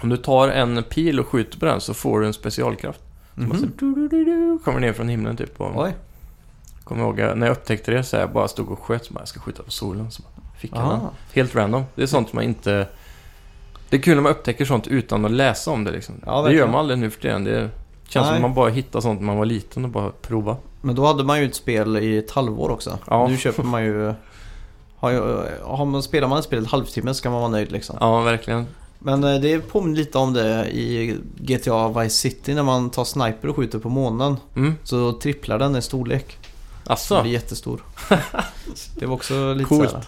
Om du tar en pil och skjuter på den så får du en specialkraft. Som bara så,
Mhm.
här, du, du, du, du, kommer ner från himlen typ. Och,
Oj.
Kommer ihåg eh, när jag upptäckte det så här, jag bara stod och sköt. Så bara, jag ska skjuta på solen. Så bara, fick jag den.
Aha.
Helt random. Det är sånt man inte... Det är kul när man upptäcker sånt utan att läsa om det liksom.
Ja,
det gör
verkligen.
man aldrig nu för tiden. Det känns som
Nej.
att man bara hittar sånt när man var liten och bara prova.
Men då hade man ju ett spel i ett halvår också.
Ja.
Nu köper man ju... Har ju har man, spelar man ett spel i en halvtimme så kan man vara nöjd liksom.
Ja, verkligen.
Men eh, det påminner lite om det i GTA Vice City när man tar sniper och skjuter på månen.
Mm.
Så tripplar den i storlek. Den
Asså?
blir jättestor. det var också lite
Coolt.
såhär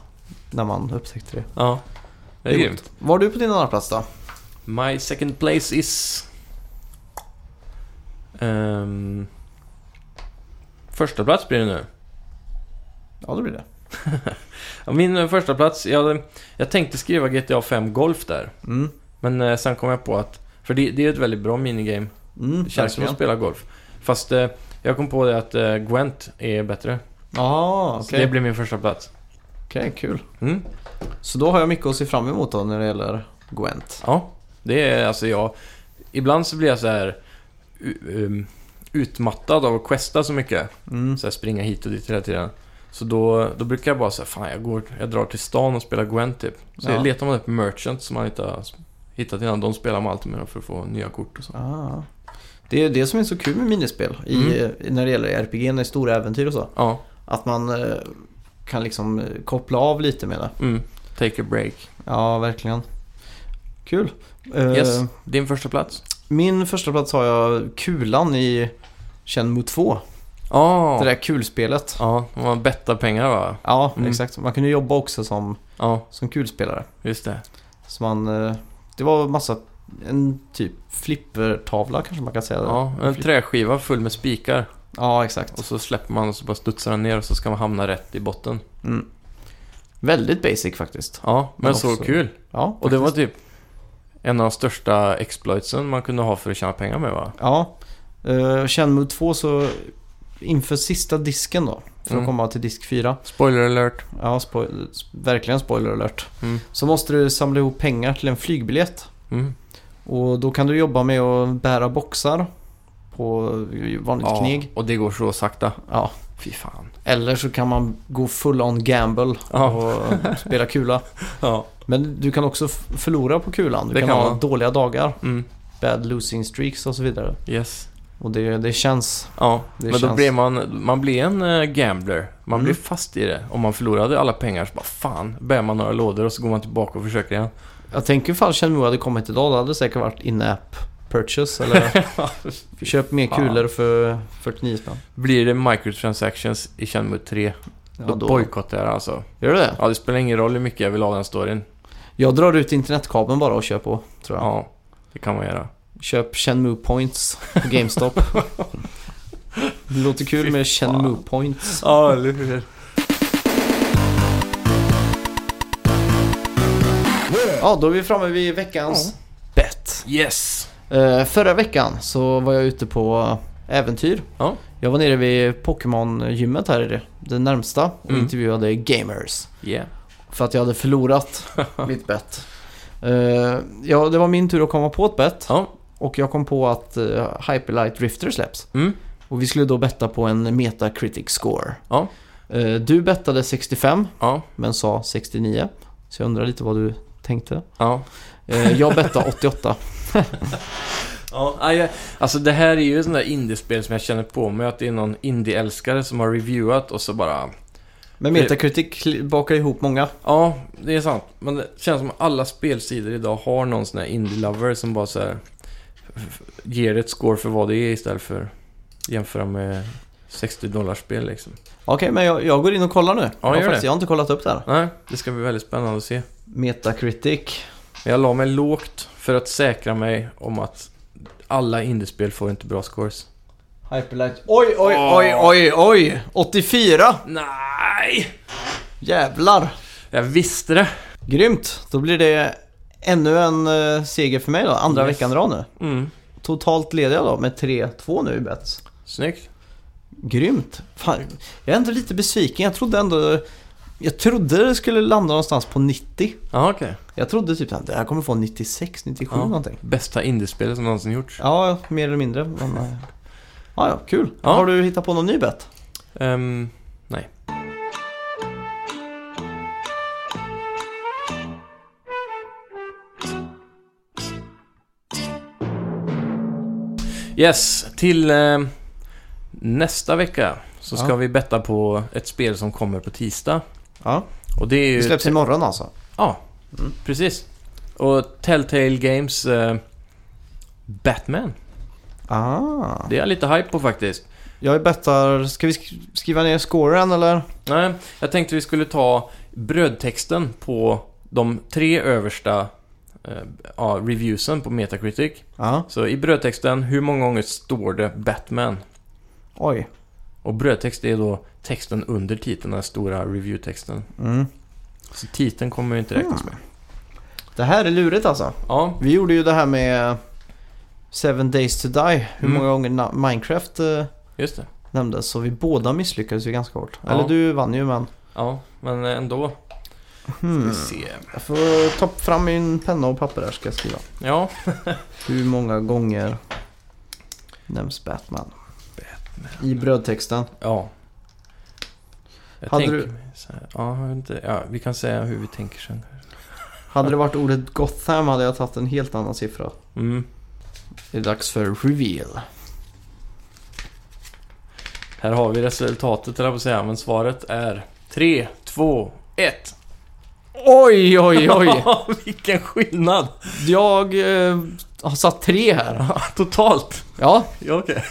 när man upptäckte det.
Ja. Det är
Det är
grymt.
Vad har du på din andra plats då?
My second place is... Um... Första plats blir det nu.
Ja, det blir det.
Ja, Min eh, första plats, jag, hade- jag tänkte skriva GTA 5 Golf där.
Mm.
Men eh, sen kom jag på att... För det, det är ett väldigt bra minigame.
Mm,
Det känns som att
verkligen.
spela golf. Fast eh, jag kom på det att eh, Gwent är bättre.
Ja,
Så
okej.
det blir min första plats.
Okej, kul.
Mm.
Så då har jag mycket att se fram emot då när det gäller Gwent.
Ja, det är alltså jag... Ibland så blir jag så här u- um, utmattad av att questa så mycket.
Mm.
Så här springa hit och dit hela tiden. Så då, då brukar jag bara säga fan jag, går, jag drar till stan och spelar Gwent typ. Så
Ja.
jag letar man upp merchants som man inte har hittat innan. De spelar man alltid med dem för att få nya kort och så.
Ah. Det är det som är så kul med minispel i, när det gäller RPG, i stora äventyr och så.
Ja,
Att man eh, kan liksom eh, koppla av lite med det.
mm. Take a break.
Ja, verkligen. Kul. Eh,
Yes, din första plats.
Min första plats har jag Kulan i Shenmue 2.
Ja,
Det där kulspelet.
ja, man bettar pengar va?
Ja,
Mm.
exakt. Man kunde jobba också som,
Ja,
som kulspelare.
just det.
Så man, eh, det var massa, en typ flippertavla kanske man kan säga.
Ja, en träskiva full med spikar.
ja exakt.
Och så släpper man och så bara studsar den ner och så ska man hamna rätt i botten.
Mm. Väldigt basic faktiskt.
Ja, men,
Men
så
också-
kul.
Ja,
Och det var typ en av de största exploitsen man kunde ha för att tjäna pengar med va?
Ja. Uh, Shenmue 2 så inför sista disken då. För
Mm.
att komma till disk 4.
Spoiler alert.
Ja, spoil- verkligen spoiler alert.
Mm.
Så måste du samla ihop pengar till en flygbiljett.
Mm.
Och då kan du jobba med att bära boxar på vanligt kneg.
och det går så sakta.
Ja.
Fy fan.
Eller så kan man gå full on gamble
Ja.
och spela kula.
Ja.
Men du kan också f- förlora på kulan. Du
Det
kan,
kan
ha
man.
dåliga dagar.
Mm.
Bad losing streaks och så vidare.
Yes.
Och det, det känns.
Ja,
Det
men då
känns-
blir man, man blir en eh, gambler. Man
Mm.
blir fast i det. Om man förlorade alla pengar så bara fan, bär man några lådor och så går man tillbaka och försöker igen.
Jag tänker ifall Shenmue hade kommit idag, då hade det säkert varit in-app purchase. Eller köp mer
fan.
kulor för 49 spänn.
Blir det microtransactions i Shenmue 3,
Ja,
då, bojkottar jag alltså.
Gör du det?
Ja, det spelar ingen roll hur mycket jag vill ha den storyn.
Jag drar ut internetkabeln bara och kör på, tror jag.
Ja, det kan man göra.
Köp Shenmue Points på GameStop. det låter kul med Shenmue Points.
Ja, eller hur?
Ja, då är vi framme vid veckans bett.
Yes!
Eh, förra veckan så var jag ute på äventyr.
Ja.
Jag var nere vid Pokémon-gymmet här i det, det närmsta och
Mm.
intervjuade gamers.
Yeah.
För att jag hade förlorat mitt bett. Eh, ja, det var min tur att komma på ett bett.
Ja.
Och jag kom på att uh, Hyperlight Drifter släpps.
Mm.
Och vi skulle då betta på en Metacritic score.
Ja.
Eh, du bettade 65,
Ja.
men sa 69. Så jag undrar lite vad du tänkte.
Ja.
Eh, jag bettade 88.
ja. aj, aj. Alltså det här är ju ett sånt där indiespel som jag känner på mig att det är någon indieälskare som har reviewat och så bara...
Men Metacritic kli- bakar ihop många.
Ja, det är sant. Men det känns som att alla spelsidor idag har någon sån här indie-lover som bara så här f- ger ett score för vad det är istället för jämföra med 60 dollars spel liksom.
Okej, men jag, jag går in och kollar nu. jag, har
gör
faktiskt,
det.
jag har inte kollat upp det här.
Nej, det ska bli väldigt spännande att se.
Metacritic.
Men jag la mig lågt för att säkra mig om att alla indiespel får inte bra scores.
Hyperlight. Oj, oj, oj, oj, oj! 84!
Nej!
Jävlar!
Jag visste det!
Grymt! Då blir det ännu en eh, seger för mig då, andra
Yes.
veckan i rad nu.
Mm.
Totalt leder jag då med 3-2 nu i bets.
Snyggt.
Grymt! Fan, jag är ändå lite besviken. Jag trodde ändå... Jag trodde det skulle landa någonstans på 90.
Ja, okej.
Jag trodde typ att det här kommer få 96, 97
Ja.
någonting.
Bästa indiespel som någonsin gjorts.
Ja, mer eller mindre. Men, eh, ja, ja, kul.
Ja.
Har du hittat på någon ny bet?
Ehm, nej. Yes, till eh, nästa vecka så ska
Ja.
vi betta på ett spel som kommer på tisdag.
Ja.
Och det är ju...
Det släpps imorgon alltså.
Ja, precis. Och Telltale Games eh, Batman.
Ah.
Det är jag lite hype på faktiskt.
Jag bettar... Ska vi sk- skriva ner scoren eller?
Nej, jag tänkte vi skulle ta brödtexten på de tre översta eh, ja, reviewsen på Metacritic.
Ja.
Så i brödtexten, hur många gånger står det Batman?
Oj.
Och brödtext är då texten under titeln, den stora reviewtexten.
Mm.
Så titeln kommer ju inte räknas med.
Det här är lurigt alltså.
Ja,
Vi gjorde ju det här med Seven Days To Die. Hur
Mm.
många gånger na- Minecraft eh,
just det.
nämndes. Så vi båda misslyckades ju ganska hårt.
Ja.
Eller du vann ju men.
Ja, men ändå.
Hmm.
Se.
Jag får ta fram min penna och papper där ska jag skriva.
Ja,
Hur många gånger nämns Batman? I brödtexten.
ja. Jag
Hade
tänker mig så här, ja, jag vet inte, ja, vi kan säga hur vi tänker sen.
Hade det varit ordet Gotham hade jag tagit en helt annan siffra.
Mm.
Det är dags för reveal.
Här har vi resultatet, eller på att säga, men svaret är 3, 2, 1.
Oj, oj, oj!
Vilken skillnad!
Jag eh, har satt tre här.
Totalt!
Ja,
Ja, okej.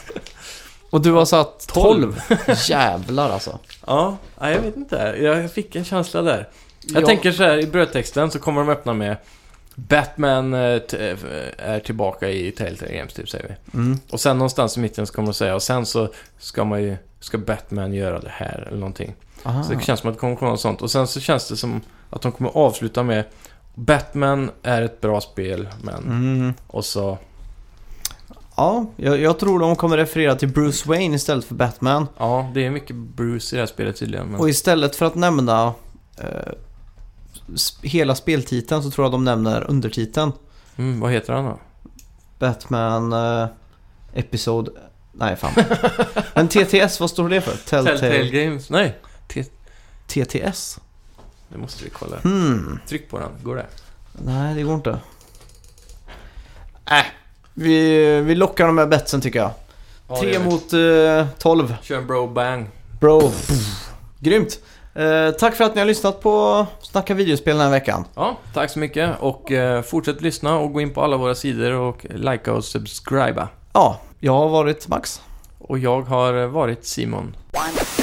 och du har satt
Tolv.
tolv. Jävlar alltså.
Ja, nej, jag vet inte. Jag fick en känsla där. Jag
Ja.
tänker så här, i brödtexten så kommer de öppna med Batman eh, t- eh, är tillbaka i Telltale Games, typ, säger vi.
Mm.
Och sen någonstans i mitten så kommer de säga, och sen så ska man ju, ska Batman göra det här, eller någonting.
Aha.
Så det känns som att det kommer komma något sånt. Och sen så känns det som att de kommer avsluta med Batman är ett bra spel, men...
Mm.
Och så...
Ja, jag, jag tror de kommer referera till Bruce Wayne istället för Batman.
Ja, det är mycket Bruce i det här spelet tydligen. Men...
Och istället för att nämna eh, sp- hela speltiteln så tror jag de nämner undertiteln.
Mm, vad heter han då?
Batman eh, Episod... Nej, fan. Men TTS, vad står det för?
Telltale
Telltale...
Games? Nej!
TTS?
Det måste vi kolla.
Hmm.
Tryck på den, går det?
Nej, det går inte. Äh, vi, vi lockar de här betsen tycker jag. Tre mot eh, 12.
Kör en bro bang.
Bro. Grymt. Eh, tack för att ni har lyssnat på Snacka videospel den här veckan.
Ja, tack så mycket och eh, fortsätt lyssna och gå in på alla våra sidor och likea och subscriba.
Ja, jag har varit Max.
Och jag har eh, varit Simon.
One.